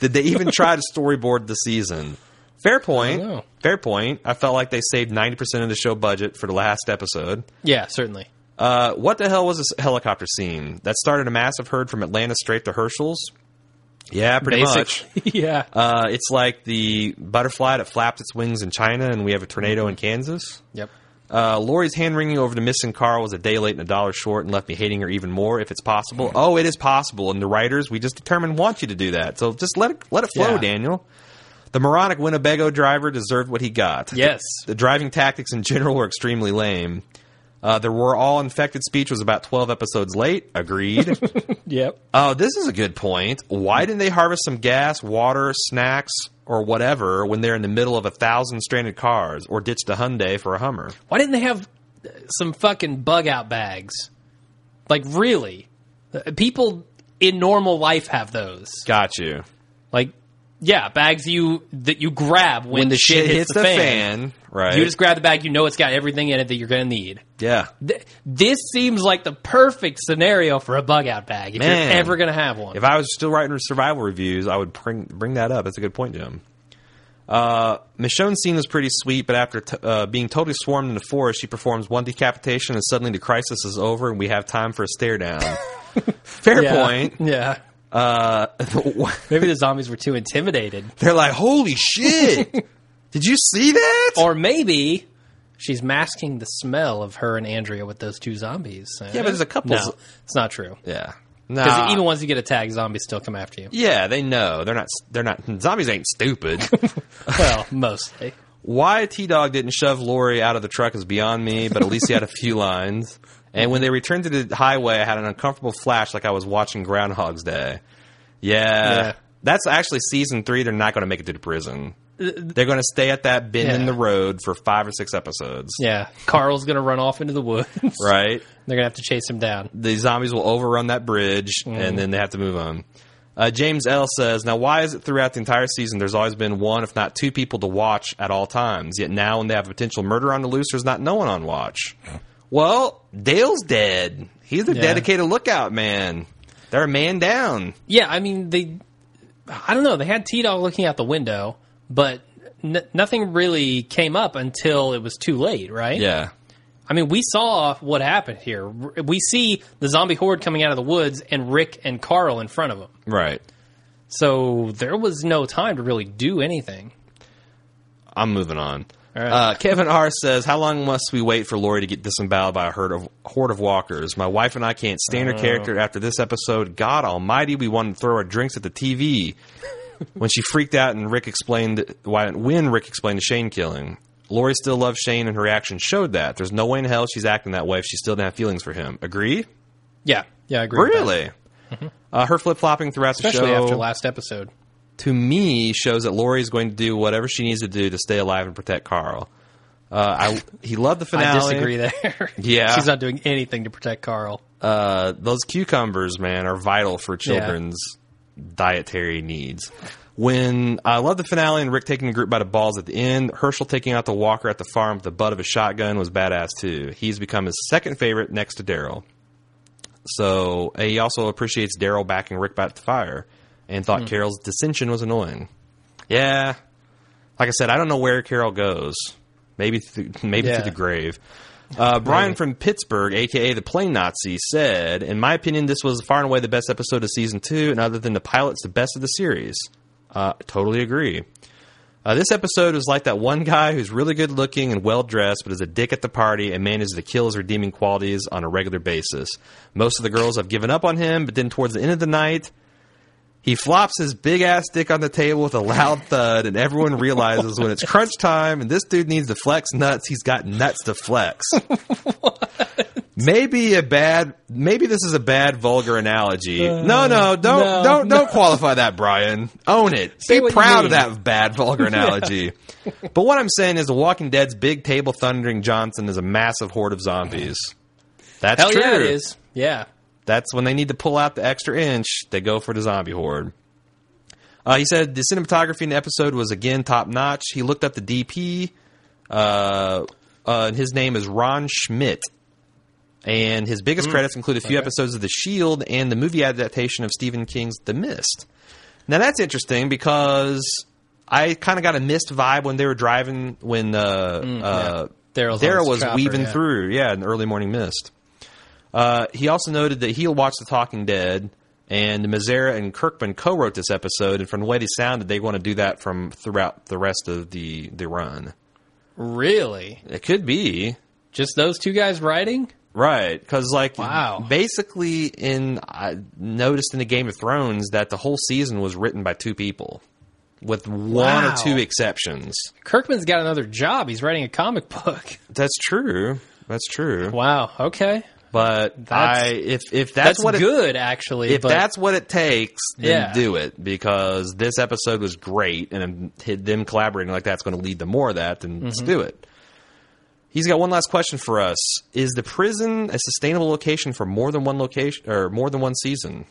Speaker 3: Did they even try to storyboard the season? Fair
Speaker 2: I don't know.
Speaker 3: point. Fair point. I felt like they saved 90% of the show budget for the last episode.
Speaker 2: Yeah, certainly.
Speaker 3: Uh, what the hell was this helicopter scene? That started a massive herd from Atlanta straight to Herschel's? Yeah, pretty much.
Speaker 2: Basically, yeah.
Speaker 3: Uh, it's like the butterfly that flapped its wings in China, and we have a tornado in Kansas.
Speaker 2: yep.
Speaker 3: Uh, Lori's hand wringing over to missing Carl was a day late and a dollar short, and left me hating her even more. If it's possible,
Speaker 2: Hmm.
Speaker 3: oh, it is possible. And the writers, we just determined want you to do that, so just let it let it flow,
Speaker 2: Yeah.
Speaker 3: Daniel. The moronic Winnebago driver deserved what he got.
Speaker 2: Yes.
Speaker 3: The driving tactics in general were extremely lame. Uh, the "We're all infected" speech was about twelve episodes late. Agreed.
Speaker 2: Yep.
Speaker 3: Oh, this is a good point. Why didn't they harvest some gas, water, snacks, or whatever when they're in the middle of a thousand stranded cars or ditched a Hyundai for a Hummer?
Speaker 2: Why didn't they have uh, some fucking bug out bags? Like really, Uh, people in normal life have those.
Speaker 3: Got you.
Speaker 2: Like yeah, bags you that you grab when,
Speaker 3: the
Speaker 2: shit, hits, the, fan.
Speaker 3: right?
Speaker 2: You just grab the bag. You know it's got everything in it that you're gonna need.
Speaker 3: yeah.
Speaker 2: Th- this seems like the perfect scenario for a bug out bag if
Speaker 3: Man.
Speaker 2: you're ever gonna have one.
Speaker 3: If I was still writing survival reviews, I would bring bring that up. That's a good point, Jim. Uh, Michonne's scene was pretty sweet, but after t- uh, being totally swarmed in the forest, she performs one decapitation, and suddenly the crisis is over, and we have time for a stare down. Fair
Speaker 2: Yeah.
Speaker 3: point.
Speaker 2: Yeah.
Speaker 3: Uh,
Speaker 2: Maybe the zombies were too intimidated.
Speaker 3: they're like, "Holy shit! Did you see that?"
Speaker 2: Or maybe she's masking the smell of her and Andrea with those two zombies. Yeah,
Speaker 3: but there's a couple Ah.
Speaker 2: No,
Speaker 3: zo-
Speaker 2: it's not true.
Speaker 3: yeah,
Speaker 2: Because
Speaker 3: nah.
Speaker 2: even once you get a tag, zombies still come after you.
Speaker 3: yeah, they know they're not. They're not zombies. Ain't stupid.
Speaker 2: Well, mostly.
Speaker 3: Why T Dog didn't shove Lori out of the truck is beyond me, but at least he had a few lines. And when they returned to the highway, I had an uncomfortable flash like I was watching Groundhog's Day. Yeah.
Speaker 2: Yeah.
Speaker 3: That's actually season three. They're not going to make it to the prison. They're going to stay at that bend in
Speaker 2: Uh, Yeah.
Speaker 3: the road for five or six episodes.
Speaker 2: Yeah, Carl's gonna run off into the woods.
Speaker 3: Right?
Speaker 2: They're gonna have to chase him down.
Speaker 3: the zombies will overrun that bridge and then they have to move on. Uh, James L says, "Now, why is it throughout the entire season there's always been one, if not two, people to watch at all times? Yet now, when they have a potential murder on the loose, there's not no one on watch. Well, Dale's dead. He's the
Speaker 2: Yeah.
Speaker 3: dedicated lookout man. They're a man down.
Speaker 2: Yeah, I mean they. I don't know. They had T Dog looking out the window, but n- nothing really came up until it was too late, right?
Speaker 3: Yeah,
Speaker 2: I mean, we saw what happened here. R- We see the zombie horde coming out of the woods and Rick and Carl in front of them.
Speaker 3: right.
Speaker 2: So there was no time to really do anything.
Speaker 3: I'm moving on."
Speaker 2: All right.
Speaker 3: Uh, Kevin R says, "How long must we wait for Lori to get disemboweled by a herd of horde of walkers? My wife and I can't stand
Speaker 2: Oh.
Speaker 3: her character after this episode. God Almighty, we wanted to throw our drinks at the TV when she freaked out and Rick explained why. When Rick explained the Shane killing, Lori still loves Shane, and her actions showed that. There's no way in hell she's acting that way if she still didn't have feelings for him. Agree?
Speaker 2: Yeah, yeah, I agree. with that. Mm-hmm.
Speaker 3: Really? Uh, her flip flopping throughout
Speaker 2: especially
Speaker 3: the show
Speaker 2: after last episode.
Speaker 3: to me shows that Lori is going to do whatever she needs to do to stay alive and protect Carl. Uh, I he loved the finale.
Speaker 2: I disagree there.
Speaker 3: Yeah.
Speaker 2: she's not doing anything to protect Carl.
Speaker 3: Uh, those cucumbers, man, are vital for children's dietary needs. When I love the finale and Rick taking the group by the balls at the end, Herschel taking out the walker at the farm with the butt of a shotgun was badass too. He's become his second favorite next to Daryl. So and he also appreciates Daryl backing Rick back to fire and thought Carol's dissension was annoying. Yeah. Like I said, I don't know where Carol goes. Maybe th- maybe
Speaker 2: Yeah.
Speaker 3: to the grave. Uh, Brian from Pittsburgh, aka the Plain Nazi, said, "In my opinion, this was far and away the best episode of season two, and other than the pilots, the best of the series." Uh, totally agree. Uh, this episode is like that one guy who's really good looking and well dressed, but is a dick at the party and manages to kill his redeeming qualities on a regular basis. Most of the girls have given up on him, but then towards the end of the night, he flops his big ass dick on the table with a loud thud, and everyone realizes when it's crunch time and this dude needs to flex nuts, he's got nuts to flex. Maybe a bad. Maybe this is a bad vulgar analogy. no, no, don't,
Speaker 2: no,
Speaker 3: don't, don't qualify that, Brian. Own it.
Speaker 2: Say
Speaker 3: Be
Speaker 2: what you
Speaker 3: proud of
Speaker 2: mean.
Speaker 3: that bad vulgar analogy. but what I'm saying is, The Walking Dead's big table thundering Johnson is a massive horde of zombies. That's
Speaker 2: Hell
Speaker 3: true.
Speaker 2: yeah, it is. Yeah,
Speaker 3: That's when they need to pull out the extra inch. They go for the zombie horde. Uh, he said the cinematography in the episode was again top notch. He looked up the DP. Uh, uh, and his name is Ron Schmidt. And his biggest credits include a few episodes of The Shield and the movie adaptation of Stephen King's The Mist. Now that's interesting because I kind of got a mist vibe when they were driving when uh, uh,
Speaker 2: Daryl's on
Speaker 3: Daryl
Speaker 2: his
Speaker 3: was
Speaker 2: chopper,
Speaker 3: weaving
Speaker 2: yeah.
Speaker 3: through, yeah, in the early morning mist. Uh, he also noted that he'll watch The Talking Dead, and Mazera and Kirkman co-wrote this episode, and from the way they sounded, they want to do that from throughout the rest of the the run.
Speaker 2: really.
Speaker 3: It could be
Speaker 2: Just those two guys writing.
Speaker 3: Right, because like
Speaker 2: Wow.
Speaker 3: basically, in I noticed in the Game of Thrones that the whole season was written by two people, with one or
Speaker 2: Wow.
Speaker 3: two exceptions.
Speaker 2: Kirkman's got another job. He's writing a comic book.
Speaker 3: That's true. That's true.
Speaker 2: Wow. Okay.
Speaker 3: But
Speaker 2: That's-
Speaker 3: I, if if that's,
Speaker 2: That's,
Speaker 3: what it,
Speaker 2: good, actually.
Speaker 3: if
Speaker 2: but
Speaker 3: that's what it takes, then
Speaker 2: Yeah.
Speaker 3: do it because this episode was
Speaker 2: Mm-hmm.
Speaker 3: great, and um, hit- them collaborating like that's going to lead to more of that. Then let's do it. He's got one last question for us: Is the prison a sustainable location for more than one location or more than one season?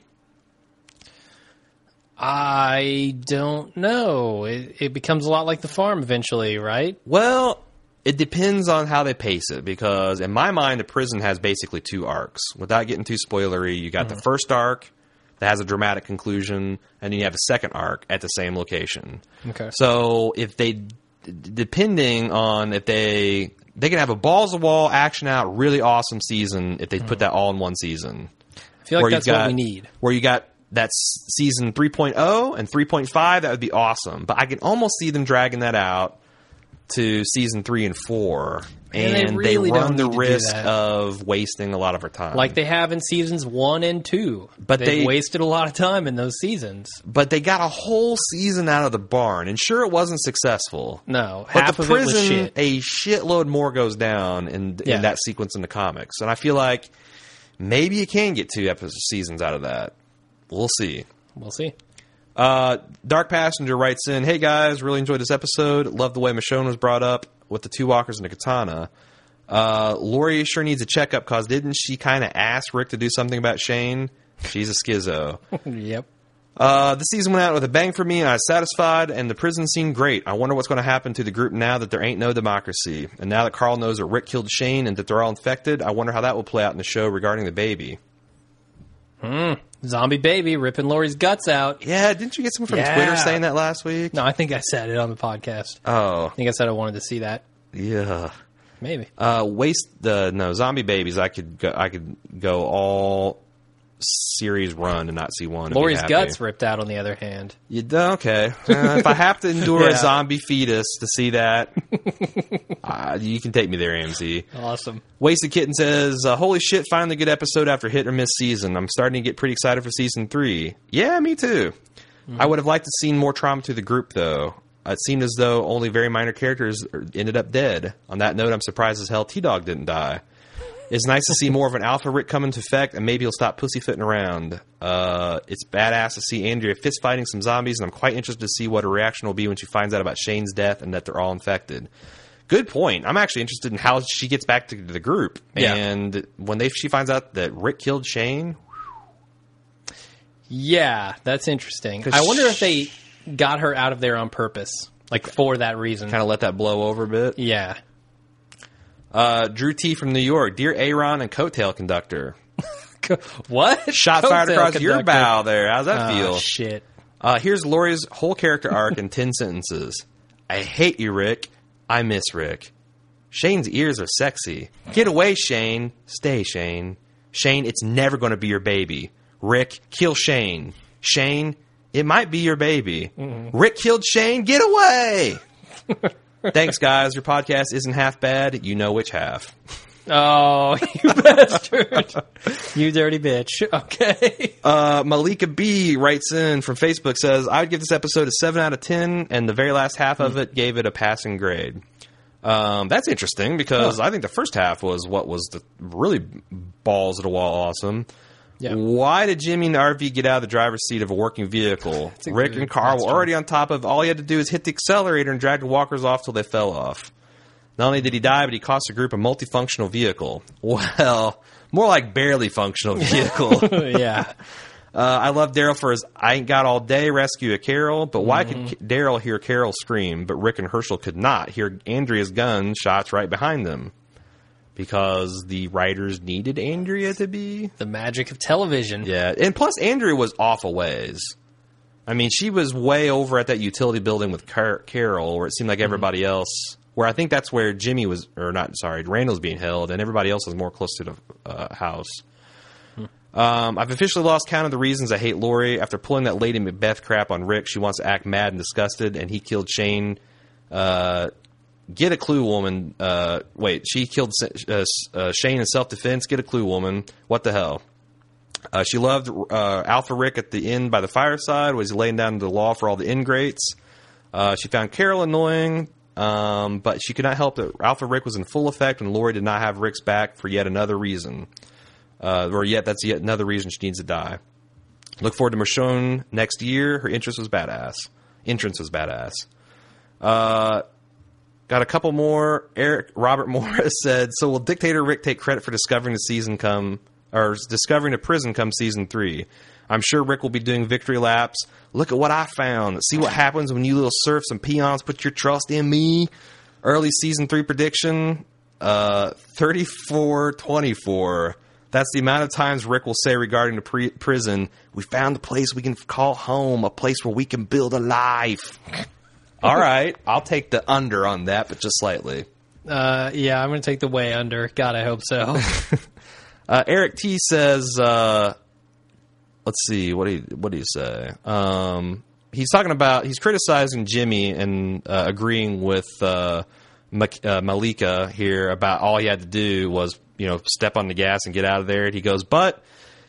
Speaker 2: I don't know. It, it becomes a lot like the farm eventually, right?
Speaker 3: Well, it depends on how they pace it because, in my mind, the prison has basically two arcs. Without getting too spoilery, you got the first arc that has a dramatic conclusion, and then you have a second arc at the same location.
Speaker 2: Okay.
Speaker 3: So if they, d- depending on if they, they can have a balls to wall action out, really awesome season if they put that all in one season
Speaker 2: I feel like
Speaker 3: you
Speaker 2: that's
Speaker 3: got,
Speaker 2: what we need.
Speaker 3: Where you got that's season 3.0 and 3.5, that would be awesome. But I can almost see them dragging that out to season 3 and 4.
Speaker 2: And
Speaker 3: And,
Speaker 2: they
Speaker 3: they,
Speaker 2: really
Speaker 3: run
Speaker 2: don't
Speaker 3: the
Speaker 2: need to do
Speaker 3: risk
Speaker 2: that.
Speaker 3: of wasting a lot of our time.
Speaker 2: Like they have in seasons one and two,
Speaker 3: But
Speaker 2: They've
Speaker 3: they-
Speaker 2: wasted a lot of time in those seasons.
Speaker 3: but they got a whole season out of the barn, and sure, it wasn't successful.
Speaker 2: No,
Speaker 3: But
Speaker 2: half
Speaker 3: the
Speaker 2: of it was
Speaker 3: prison,
Speaker 2: shit.
Speaker 3: a shitload more goes down in,
Speaker 2: Yeah.
Speaker 3: in that sequence in the comics, and I feel like maybe you can get two episodes seasons out of that. We'll see.
Speaker 2: We'll see.
Speaker 3: Uh, Dark Passenger writes in, "Hey guys, really enjoyed this episode. Love the way Michonne was brought up with the two walkers and the katana. Uh, Lori sure needs a checkup because didn't she kind of ask Rick to do something about Shane? She's a schizo.
Speaker 2: yep.
Speaker 3: Uh, the season went out with a bang for me, and I was satisfied. And the prison scene, great. I wonder what's going to happen to the group now that there ain't no democracy, and now that Carl knows that Rick killed Shane and that they're all infected. I wonder how that will play out in the show regarding the baby.
Speaker 2: Zombie baby ripping Lori's guts out.
Speaker 3: Yeah, didn't you get someone from
Speaker 2: Yeah.
Speaker 3: Twitter saying that last week?
Speaker 2: No, I think I said it on the podcast.
Speaker 3: Oh,
Speaker 2: I think I said I wanted to see that.
Speaker 3: yeah."
Speaker 2: Maybe.
Speaker 3: Uh, waste the no zombie babies. I could go, I could go all series run and not see one. and be
Speaker 2: Lori's
Speaker 3: happy.
Speaker 2: guts ripped out. On the other hand,
Speaker 3: You d- okay? Uh, if I have to endure a
Speaker 2: Yeah.
Speaker 3: zombie fetus to see that, uh, you can take me there, AMC.
Speaker 2: awesome.
Speaker 3: Wasted Kitten says, uh, "Holy shit! Finally, good episode after hit or miss season. I'm starting to get pretty excited for season three. Yeah, me too. I would have liked to seen more trauma to the group, though. It seemed as though only very minor characters er- ended up dead. On that note, I'm surprised as hell T Dog didn't die. It's nice to see more of an alpha Rick come into effect, and maybe he'll stop pussyfooting around. Uh, it's badass to see Andrea fist fighting some zombies, and I'm quite interested to see what her reaction will be when she finds out about Shane's death and that they're all infected. Good point. I'm actually interested in how she gets back to the group,
Speaker 2: Yeah.
Speaker 3: and when they she finds out that Rick killed Shane,
Speaker 2: Yeah, that's interesting.
Speaker 3: 'Cause
Speaker 2: I wonder if they got her out of there on purpose, like for that reason.
Speaker 3: kind of let that blow over a bit.
Speaker 2: yeah.
Speaker 3: Uh, Drew T from New York, dear Aaron and Coattail conductor,
Speaker 2: what?
Speaker 3: shot
Speaker 2: Coattail
Speaker 3: fired across your
Speaker 2: conductor.
Speaker 3: bow there. How's that
Speaker 2: Oh,
Speaker 3: feel?
Speaker 2: shit.
Speaker 3: Uh, here's Lori's whole character arc in 10 sentences. I hate you, Rick. I miss Rick. Shane's ears are sexy. Get away, Shane. Stay, Shane. Shane, it's never going to be your baby. Rick, kill Shane. Shane, it might be your baby. Rick killed Shane. Get away. Thanks, guys. Your podcast isn't half bad. You know which half.
Speaker 2: Oh, you bastard. you dirty bitch. Okay.
Speaker 3: Uh, Malika B writes in from Facebook says, I would give this episode a 7 out of 10, and the very last half
Speaker 2: Hmm.
Speaker 3: of it gave it a passing grade. Um, that's interesting because I think the first half was what was the really balls at the wall awesome.
Speaker 2: Yeah.
Speaker 3: Why did Jimmy and the RV get out of the driver's seat of a working vehicle?
Speaker 2: a
Speaker 3: Rick
Speaker 2: good
Speaker 3: and Carl were
Speaker 2: question.
Speaker 3: already on top of. All he had to do is hit the accelerator and drag the walkers off till they fell off. Not only did he die, but he cost the group a multifunctional vehicle. Well, more like barely functional vehicle.
Speaker 2: yeah.
Speaker 3: Uh, I love Daryl for his "I ain't got all day" rescue a Carol, but why could K- Daryl hear Carol scream, but Rick and Herschel could not hear Andrea's gun shots right behind them? Because the writers needed Andrea to be
Speaker 2: The magic of television.
Speaker 3: yeah, and plus Andrea was off a ways. I mean, she was way over at that utility building with Car- Carol, where it seemed like everybody else. Where I think that's where Jimmy was, or not, sorry, Randall's being held, and everybody else was more close to the uh, house. Um, I've officially lost count of the reasons I hate Lori. After pulling that Lady Macbeth crap on Rick, she wants to act mad and disgusted, and he killed Shane. Uh, get a clue, woman. Uh, wait, she killed uh, uh, Shane in self defense. Get a clue, woman. What the hell? Uh, she loved uh, Alpha Rick at the inn by the fireside. Was laying down the law for all the ingrates. Uh, she found Carol annoying, um, but she could not help that Alpha Rick was in full effect, and Lori did not have Rick's back for yet another reason, uh, or yet that's yet another reason she needs to die. Look forward to Michonne next year. Her interest was badass. Entrance was badass. Uh, Got a couple more. Eric Robert Morris said, "So will dictator Rick take credit for discovering the season come or discovering a prison come season three? I'm sure Rick will be doing victory laps. Look at what I found. See what happens when you little serfs and peons put your trust in me." Early season three prediction: uh, 34-24. That's the amount of times Rick will say regarding the pre- prison, "We found a place we can call home, a place where we can build a life." All right, I'll take the under on that, but just slightly.
Speaker 2: Uh, yeah, I'm going to take the way under. God, I hope so.
Speaker 3: Uh, Eric T says, uh, "Let's see, what do you, what do you say?" Um, he's talking about he's criticizing Jimmy and uh, agreeing with uh, Mak- uh, Malika here about all he had to do was you know step on the gas and get out of there. And he goes, "But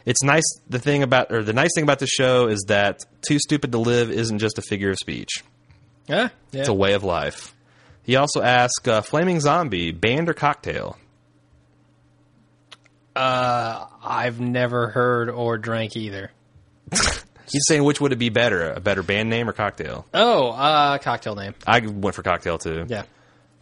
Speaker 3: it's nice. The thing about or the nice thing about the show is that too stupid to live isn't just a figure of speech."
Speaker 2: yeah, yeah.
Speaker 3: It's a way of life. He also asked, uh, "Flaming zombie, band or cocktail?"
Speaker 2: I've never heard or drank either.
Speaker 3: He's saying, "Which would it be better, a better band name or cocktail?"
Speaker 2: Oh, uh, cocktail name.
Speaker 3: I went for cocktail too.
Speaker 2: Yeah.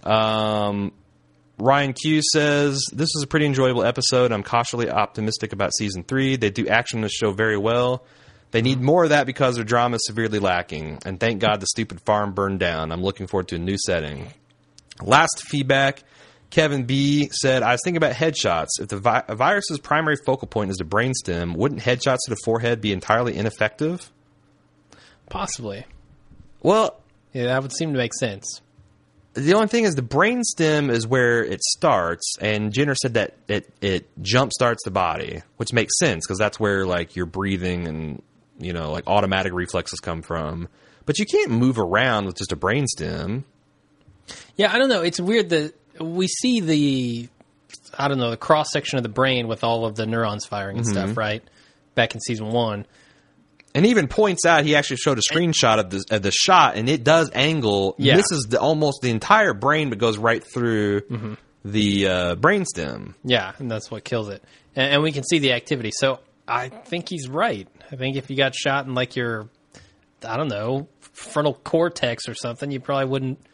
Speaker 3: Ryan Q says, "This was a pretty enjoyable episode. I'm cautiously optimistic about season three. They do action in the show very well. They need more of that because their drama is severely lacking. And thank God the stupid farm burned down. I'm looking forward to a new setting." Last feedback. Kevin B said, "I was thinking about headshots. If the vi- a virus's primary focal point is the brainstem, wouldn't headshots to the forehead be entirely ineffective?"
Speaker 2: Possibly.
Speaker 3: Well,
Speaker 2: Yeah, that would seem to make sense.
Speaker 3: the only thing is the brainstem is where it starts, and Jenner said that it it jump starts the body, which makes sense because that's where like your breathing and you know like automatic reflexes come from. But you can't move around with just a brainstem.
Speaker 2: Yeah, I don't know. It's weird that we see the, I don't know, the cross section of the brain with all of the neurons firing and
Speaker 3: Mm-hmm.
Speaker 2: stuff, right? Back in season one.
Speaker 3: And he even points out he actually showed a screenshot of the of the shot, and it does angle.
Speaker 2: Yeah.
Speaker 3: misses the, almost the entire brain, but goes right through the uh, brainstem.
Speaker 2: Yeah, and that's what kills it. And, and we can see the activity. So I think he's right. I think if you got shot in like your, I don't know, frontal cortex or something, you probably wouldn't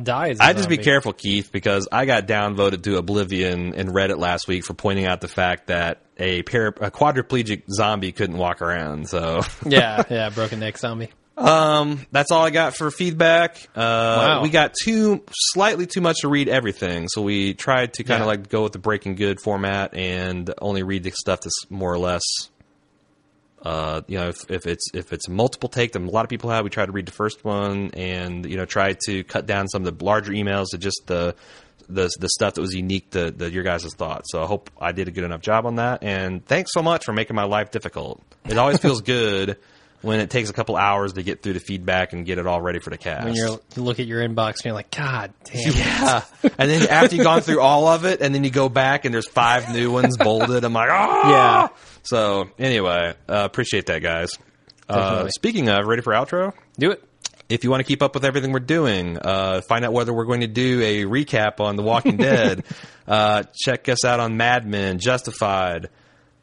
Speaker 2: die. As a
Speaker 3: I just be
Speaker 2: zombie.
Speaker 3: careful, Keith, because I got downvoted to oblivion in Reddit last week for pointing out the fact that a, para- a quadriplegic zombie couldn't walk around. So
Speaker 2: yeah, yeah, broken neck zombie.
Speaker 3: that's all I got for feedback. Uh,
Speaker 2: Wow.
Speaker 3: We got too slightly too much to read everything, so we tried to kind of
Speaker 2: Yeah.
Speaker 3: like go with the Breaking Good format and only read the stuff that's more or less. Uh, you know, if, if it's if it's a multiple take that a lot of people have, we try to read the first one and you know try to cut down some of the larger emails to just the the the stuff that was unique to, to your guys' thoughts. So I hope I did a good enough job on that. And thanks so much for making my life difficult. It always feels good when it takes a couple hours to get through the feedback and get it all ready for the cast.
Speaker 2: When you're, you look at your inbox and you're like, God damn.
Speaker 3: yeah, and then after you've gone through all of it, and then you go back and there's five new ones bolded. I'm like, ah,
Speaker 2: Yeah.
Speaker 3: So anyway, uh, appreciate that, guys. Uh,
Speaker 2: Definitely.
Speaker 3: speaking of, ready for outro?
Speaker 2: Do it.
Speaker 3: if you want to keep up with everything we're doing, uh, find out whether we're going to do a recap on The Walking Dead. Uh, check us out on Mad Men, Justified,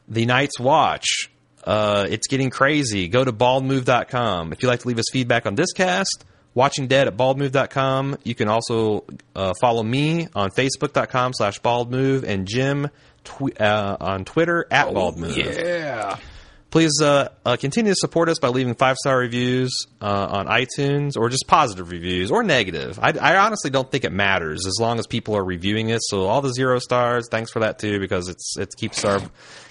Speaker 3: The Night's Watch. Uh, it's getting crazy. Go to baldmove.com. If you'd like to leave us feedback on this cast, Watching Dead at baldmove.com. You can also uh, follow me on facebook.com slash baldmove and Jim tw- uh, on Twitter at baldmove. Please uh, uh, continue to support us by leaving five star reviews uh, on iTunes or just positive reviews or negative. I, I honestly don't think it matters as long as people are reviewing it. So all the zero stars, thanks for that too, because it's it keeps our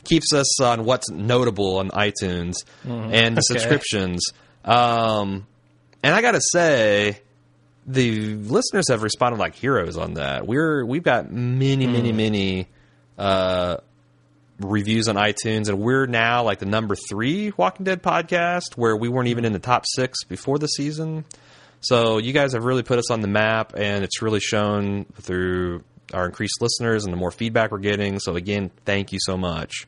Speaker 3: keeps us on what's notable on iTunes and the subscriptions. Um, and I gotta say, the listeners have responded like heroes on that. We're we've got many, many, many reviews on iTunes, and we're now like the number three Walking Dead podcast, where we weren't even in the top six before the season. So you guys have really put us on the map, and it's really shown through our increased listeners and the more feedback we're getting. So again, thank you so much.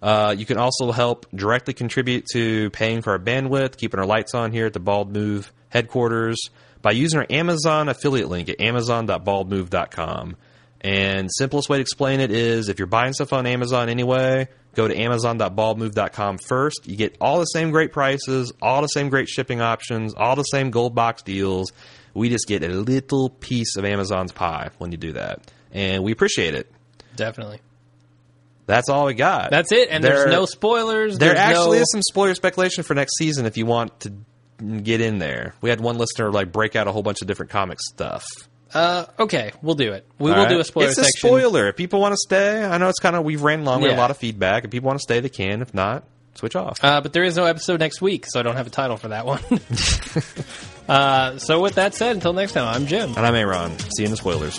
Speaker 3: Uh, you can also help directly contribute to paying for our bandwidth, keeping our lights on here at the Bald Move headquarters by using our Amazon affiliate link at amazon.baldmove.com. And simplest way to explain it is if you're buying stuff on Amazon anyway, go to amazon.baldmove.com first. You get all the same great prices, all the same great shipping options, all the same gold box deals. We just get a little piece of Amazon's pie when you do that, and we appreciate it.
Speaker 2: Definitely.
Speaker 3: That's all we got.
Speaker 2: That's it. And there's
Speaker 3: There-
Speaker 2: no spoilers.
Speaker 3: There
Speaker 2: there's
Speaker 3: actually
Speaker 2: no-
Speaker 3: is some spoiler speculation for next season if you want to get in there. We had one listener like break out a whole bunch of different comic stuff.
Speaker 2: Uh, okay, we'll do it. We will
Speaker 3: All right?
Speaker 2: do a spoiler
Speaker 3: It's a
Speaker 2: section.
Speaker 3: spoiler. If people want to stay, I know it's kind of we've ran long. We had
Speaker 2: Yeah.
Speaker 3: a lot of feedback. If people want to stay, they can. If not, switch off.
Speaker 2: Uh, but there is no episode next week, so I don't have a title for that one. uh, so with that said, until next time, I'm Jim.
Speaker 3: and I'm Aaron. See you in the spoilers.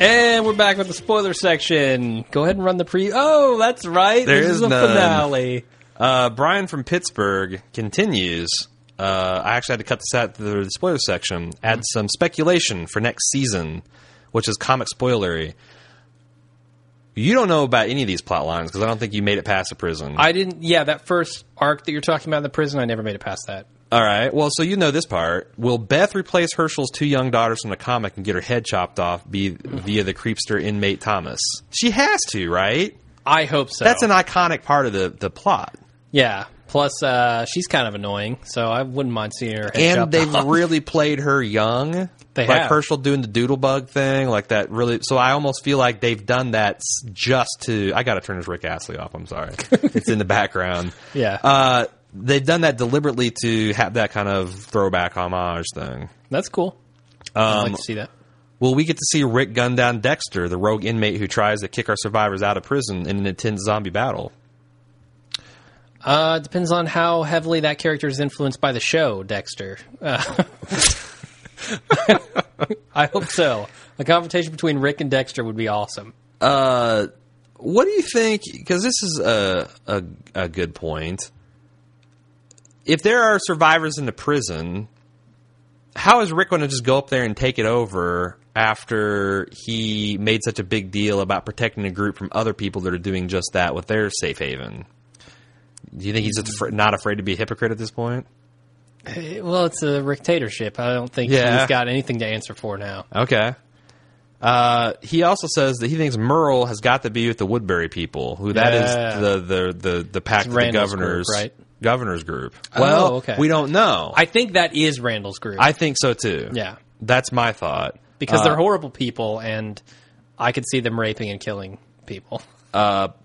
Speaker 2: And we're back with the spoiler section. Go ahead and run the pre. Oh, that's right.
Speaker 3: There
Speaker 2: this
Speaker 3: is
Speaker 2: a
Speaker 3: none.
Speaker 2: finale.
Speaker 3: Uh, Brian from Pittsburgh continues. Uh, I actually had to cut this out to the spoiler section. Add some speculation for next season, which is comic spoilery. You don't know about any of these plot lines because I don't think you made it past the prison.
Speaker 2: I didn't. Yeah, that first arc that you're talking about in the prison, I never made it past that.
Speaker 3: All right. Well, so you know this part. Will Beth replace Herschel's two young daughters from the comic and get her head chopped off be, via the creepster inmate Thomas? She has to, right?
Speaker 2: I hope so.
Speaker 3: That's an iconic part of the, the plot.
Speaker 2: yeah. Plus, uh, she's kind of annoying, so I wouldn't mind seeing her. Head
Speaker 3: and
Speaker 2: chopped
Speaker 3: they've
Speaker 2: off.
Speaker 3: really played her young.
Speaker 2: They
Speaker 3: like
Speaker 2: have.
Speaker 3: Herschel doing the doodlebug thing, like that. Really, so I almost feel like they've done that s- just to. I got to turn this Rick Astley off. I'm sorry, it's in the background.
Speaker 2: Yeah.
Speaker 3: uh, they've done that deliberately to have that kind of throwback homage thing.
Speaker 2: That's cool. I'd
Speaker 3: Um,
Speaker 2: like to see that.
Speaker 3: Will we get to see Rick gun down Dexter, the rogue inmate who tries to kick our survivors out of prison in an intense zombie battle?
Speaker 2: Uh, it depends on how heavily that character is influenced by the show, Dexter. Uh, I hope so. A confrontation between Rick and Dexter would be awesome.
Speaker 3: what do you think? Because this is a, a a good point. If there are survivors in the prison, how is Rick going to just go up there and take it over after he made such a big deal about protecting a group from other people that are doing just that with their safe haven? Do you think he's just afra- not afraid to be a hypocrite at this point?
Speaker 2: Eh, Well, it's a dictatorship. I don't think
Speaker 3: Yeah.
Speaker 2: he's got anything to answer for now.
Speaker 3: Okay. Uh, he also says that he thinks Merle has got to be with the Woodbury people, who that is
Speaker 2: Yeah.
Speaker 3: the the the the pack of the
Speaker 2: Randall's
Speaker 3: governors
Speaker 2: group, right? Oh,
Speaker 3: governors group. Well,
Speaker 2: okay.
Speaker 3: we don't know. I,
Speaker 2: I think that is Randall's group.
Speaker 3: I think so too.
Speaker 2: yeah,
Speaker 3: that's my thought.
Speaker 2: because
Speaker 3: Uh,
Speaker 2: they're horrible people, and I could see them raping and killing people.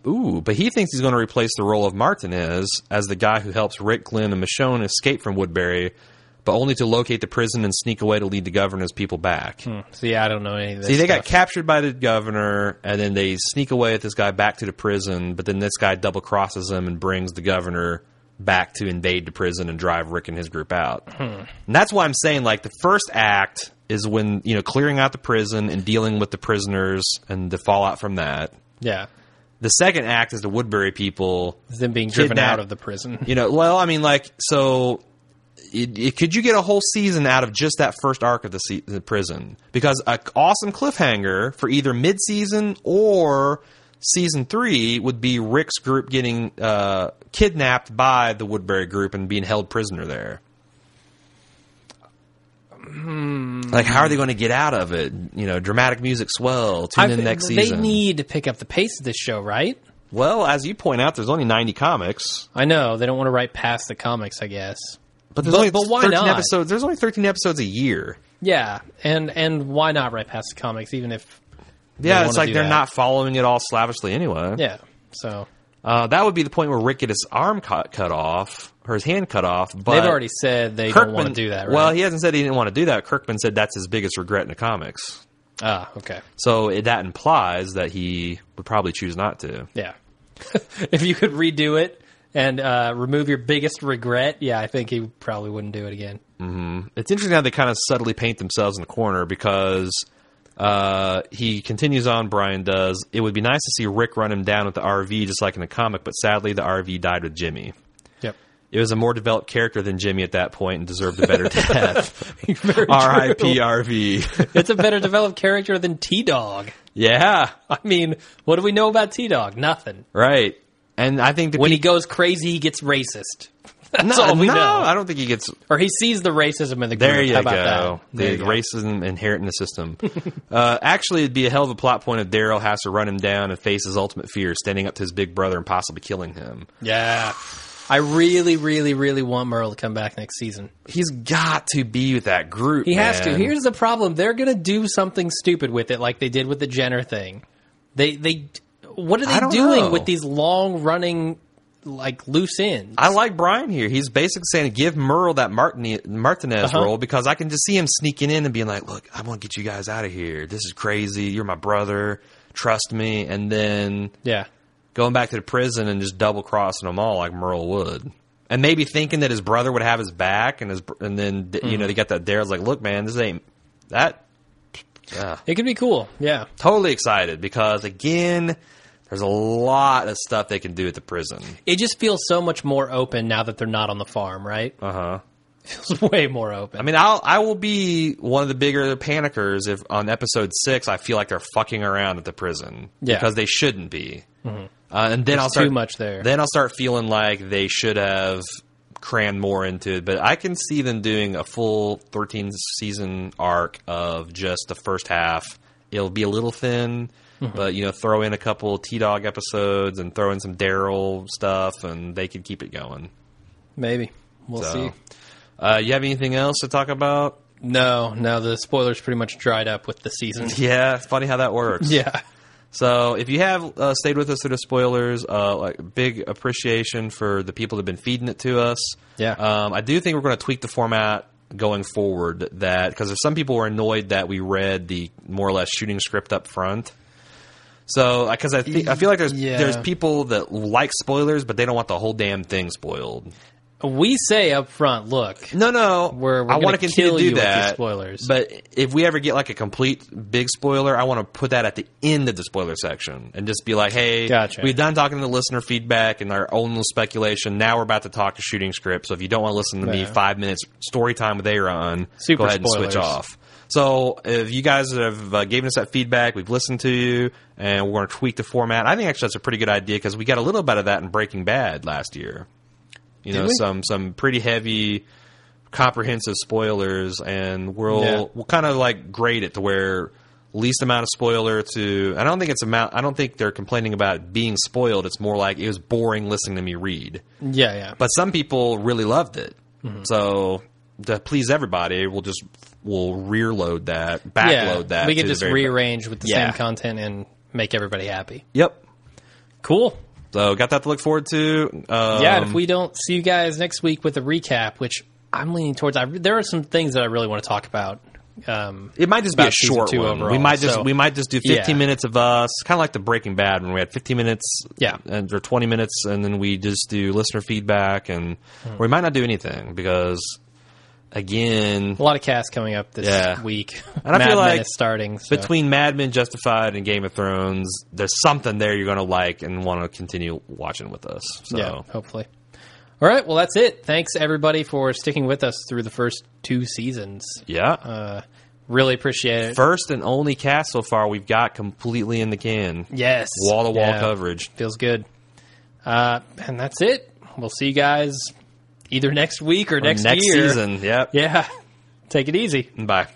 Speaker 3: Ooh, but he thinks he's going to replace the role of Martinez as the guy who helps Rick, Glenn, and Michonne escape from Woodbury, but only to locate the prison and sneak away to lead the governor's people back.
Speaker 2: So yeah, I don't know any of this.
Speaker 3: See, they got
Speaker 2: stuff.
Speaker 3: captured by the governor, and then they sneak away with this guy back to the prison. But then this guy double crosses him and brings the governor back to invade the prison and drive Rick and his group out. And that's why I'm saying, like, the first act is when you know clearing out the prison and dealing with the prisoners and the fallout from that.
Speaker 2: yeah,
Speaker 3: The second act is the Woodbury people
Speaker 2: it's them being driven
Speaker 3: Kidnap-
Speaker 2: out of the prison.
Speaker 3: you know, well, I mean, like, so it, it, could you get a whole season out of just that first arc of the, se- the prison? Because an awesome cliffhanger for either mid season or season three would be Rick's group getting uh, kidnapped by the Woodbury group and being held prisoner there.
Speaker 2: Hmm.
Speaker 3: Like, how are they going to get out of it? You know, dramatic music swell. Tune
Speaker 2: I-
Speaker 3: in next
Speaker 2: they
Speaker 3: season.
Speaker 2: need to pick up the pace of this show, right?
Speaker 3: well, as you point out, there's only 90 comics.
Speaker 2: I know they don't want to write past the comics, I guess.
Speaker 3: But there's
Speaker 2: But-
Speaker 3: only
Speaker 2: but why
Speaker 3: 13
Speaker 2: not?
Speaker 3: episodes. There's only 13 episodes a year.
Speaker 2: Yeah, and and why not write past the comics, even if
Speaker 3: Yeah,
Speaker 2: They
Speaker 3: it's
Speaker 2: wanna
Speaker 3: like
Speaker 2: do
Speaker 3: they're
Speaker 2: that.
Speaker 3: not following it all slavishly anyway.
Speaker 2: yeah. So
Speaker 3: Uh, that would be the point where Rick get his arm cut, cut off or his hand cut off. But
Speaker 2: they've already said they
Speaker 3: Kirkman,
Speaker 2: don't want to do that. Right?
Speaker 3: Well, he hasn't said he didn't want to do that. Kirkman said that's his biggest regret in the comics.
Speaker 2: ah, okay,
Speaker 3: So it, that implies that he would probably choose not to.
Speaker 2: yeah. if you could redo it and uh, remove your biggest regret, yeah, I think he probably wouldn't do it again.
Speaker 3: It's interesting how they kind of subtly paint themselves in the corner because uh, he continues on. Brian does. It would be nice to see Rick run him down with the RV, just like in the comic. But sadly, the RV died with Jimmy.
Speaker 2: Yep.
Speaker 3: It was a more developed character than Jimmy at that point and deserved a better death.
Speaker 2: Very true.
Speaker 3: R.I.P.R.V.
Speaker 2: It's a better developed character than T Dog.
Speaker 3: yeah,
Speaker 2: I mean, what do we know about T Dog? Nothing.
Speaker 3: right. And I think the
Speaker 2: When he
Speaker 3: peop-
Speaker 2: goes crazy, he gets racist. That's all we
Speaker 3: no,
Speaker 2: know.
Speaker 3: I don't think he gets.
Speaker 2: Or he sees the racism in the group.
Speaker 3: There you
Speaker 2: How
Speaker 3: go.
Speaker 2: about that? There
Speaker 3: The
Speaker 2: you go.
Speaker 3: racism inherent in the system. uh, actually, it'd be a hell of a plot point if Daryl has to run him down and face his ultimate fear, standing up to his big brother and possibly killing him.
Speaker 2: Yeah. I really, really, really want Merle to come back next season.
Speaker 3: He's got to be with that group.
Speaker 2: He has to.
Speaker 3: man.
Speaker 2: Here's the problem: they're going to do something stupid with it, like they did with the Jenner thing. They they what are
Speaker 3: I
Speaker 2: they
Speaker 3: don't
Speaker 2: doing
Speaker 3: know.
Speaker 2: with these long running like loose ends?
Speaker 3: I like Brian here. He's basically saying give Merle that Martini, Martinez
Speaker 2: Uh-huh.
Speaker 3: role because I can just see him sneaking in and being like, "Look, I want to get you guys out of here. This is crazy. You're my brother. Trust me." And then
Speaker 2: yeah,
Speaker 3: going back to the prison and just double crossing them all like Merle would, and maybe thinking that his brother would have his back, and his br- and then th- you know they got that there. It's like, "Look, man, this ain't that." Yeah.
Speaker 2: it could be cool. Yeah,
Speaker 3: Totally excited because again, there's a lot of stuff they can do at the prison.
Speaker 2: it just feels so much more open now that they're not on the farm, right?
Speaker 3: Uh huh.
Speaker 2: Feels way more open.
Speaker 3: I mean, I'll I will be one of the bigger panickers if on episode six I feel like they're fucking around at the prison
Speaker 2: Yeah. Mm-hmm.
Speaker 3: because they shouldn't be. Uh, and then I'll
Speaker 2: too
Speaker 3: start
Speaker 2: much there.
Speaker 3: Then I'll start feeling like they should have crammed more into it. But I can see them doing a full thirteen season arc of just the first half. It'll be a little thin,
Speaker 2: Mm-hmm.
Speaker 3: but you know, throw in a couple T Dog episodes and throw in some Daryl stuff, and they could keep it going.
Speaker 2: Maybe we'll
Speaker 3: So,
Speaker 2: see.
Speaker 3: uh, you have anything else to talk about?
Speaker 2: No, no, the spoilers pretty much dried up with the season.
Speaker 3: Yeah, it's funny how that works.
Speaker 2: yeah,
Speaker 3: So if you have uh, stayed with us through the spoilers, uh, like big appreciation for the people that've been feeding it to us.
Speaker 2: Yeah.
Speaker 3: um, I do think we're going to tweak the format going forward. That because there's some people were annoyed that we read the more or less shooting script up front. So because I think I feel like there's
Speaker 2: Yeah.
Speaker 3: there's people that like spoilers, but they don't want the whole damn thing spoiled.
Speaker 2: we say up front, look,
Speaker 3: No, no.
Speaker 2: We're- we're
Speaker 3: I
Speaker 2: gonna
Speaker 3: want to continue
Speaker 2: kill
Speaker 3: to do
Speaker 2: you with these
Speaker 3: that.
Speaker 2: spoilers.
Speaker 3: But if we ever get like a complete big spoiler, I want to put that at the end of the spoiler section and just be like, "Hey,
Speaker 2: Gotcha.
Speaker 3: we've done talking to listener feedback and our own little speculation. Now we're about to talk to shooting script. So if you don't want to listen to me,
Speaker 2: Yeah.
Speaker 3: five minutes story time with Aaron.
Speaker 2: Super
Speaker 3: go ahead and
Speaker 2: spoilers.
Speaker 3: switch off." So if you guys have uh, given us that feedback, we've listened to you, and we're going to tweak the format. I think actually that's a pretty good idea because we got a little bit of that in Breaking Bad last year. You know,
Speaker 2: we?
Speaker 3: some some pretty heavy comprehensive spoilers, and we'll
Speaker 2: Yeah.
Speaker 3: we'll kind of like grade it to where least amount of spoiler to. I don't think it's amount. I don't think they're complaining about it being spoiled. It's more like it was boring listening to me read.
Speaker 2: yeah, yeah.
Speaker 3: But some people really loved it.
Speaker 2: Mm-hmm.
Speaker 3: So to please everybody, we'll just we'll rear load that, backload that.
Speaker 2: We
Speaker 3: to
Speaker 2: can
Speaker 3: the
Speaker 2: just
Speaker 3: very-
Speaker 2: rearrange with the
Speaker 3: Yeah.
Speaker 2: same content and make everybody happy.
Speaker 3: Yep.
Speaker 2: Cool.
Speaker 3: So got that to look forward to. Um,
Speaker 2: Yeah, and if we don't see you guys next week with a recap, which I'm leaning towards, I, there are some things that I really want to talk about. Um,
Speaker 3: It might just be
Speaker 2: about
Speaker 3: a
Speaker 2: season
Speaker 3: short
Speaker 2: two
Speaker 3: one.
Speaker 2: overall,
Speaker 3: we might just
Speaker 2: so-
Speaker 3: we might just do fifteen
Speaker 2: Yeah.
Speaker 3: minutes of us, kind of like the Breaking Bad when we had fifteen minutes,
Speaker 2: Yeah.
Speaker 3: and or twenty minutes, and then we just do listener feedback, and
Speaker 2: Hmm.
Speaker 3: we might not do anything because again,
Speaker 2: a lot of casts coming up this
Speaker 3: Yeah.
Speaker 2: week.
Speaker 3: And I
Speaker 2: Mad
Speaker 3: feel
Speaker 2: Men
Speaker 3: like
Speaker 2: is starting. So.
Speaker 3: between Mad Men, Justified, and Game of Thrones, there's something there you're gonna like and want to continue watching with us. So
Speaker 2: yeah, hopefully. All right, well, that's it. Thanks, everybody, for sticking with us through the first two seasons.
Speaker 3: yeah.
Speaker 2: Uh, really appreciate it.
Speaker 3: First and only cast so far we've got completely in the can.
Speaker 2: yes.
Speaker 3: Wall to wall
Speaker 2: Yeah.
Speaker 3: coverage.
Speaker 2: feels good. Uh, and that's it. We'll see you guys either next week or,
Speaker 3: Next
Speaker 2: year.
Speaker 3: season. Yep.
Speaker 2: Yeah. Take it easy.
Speaker 3: Bye.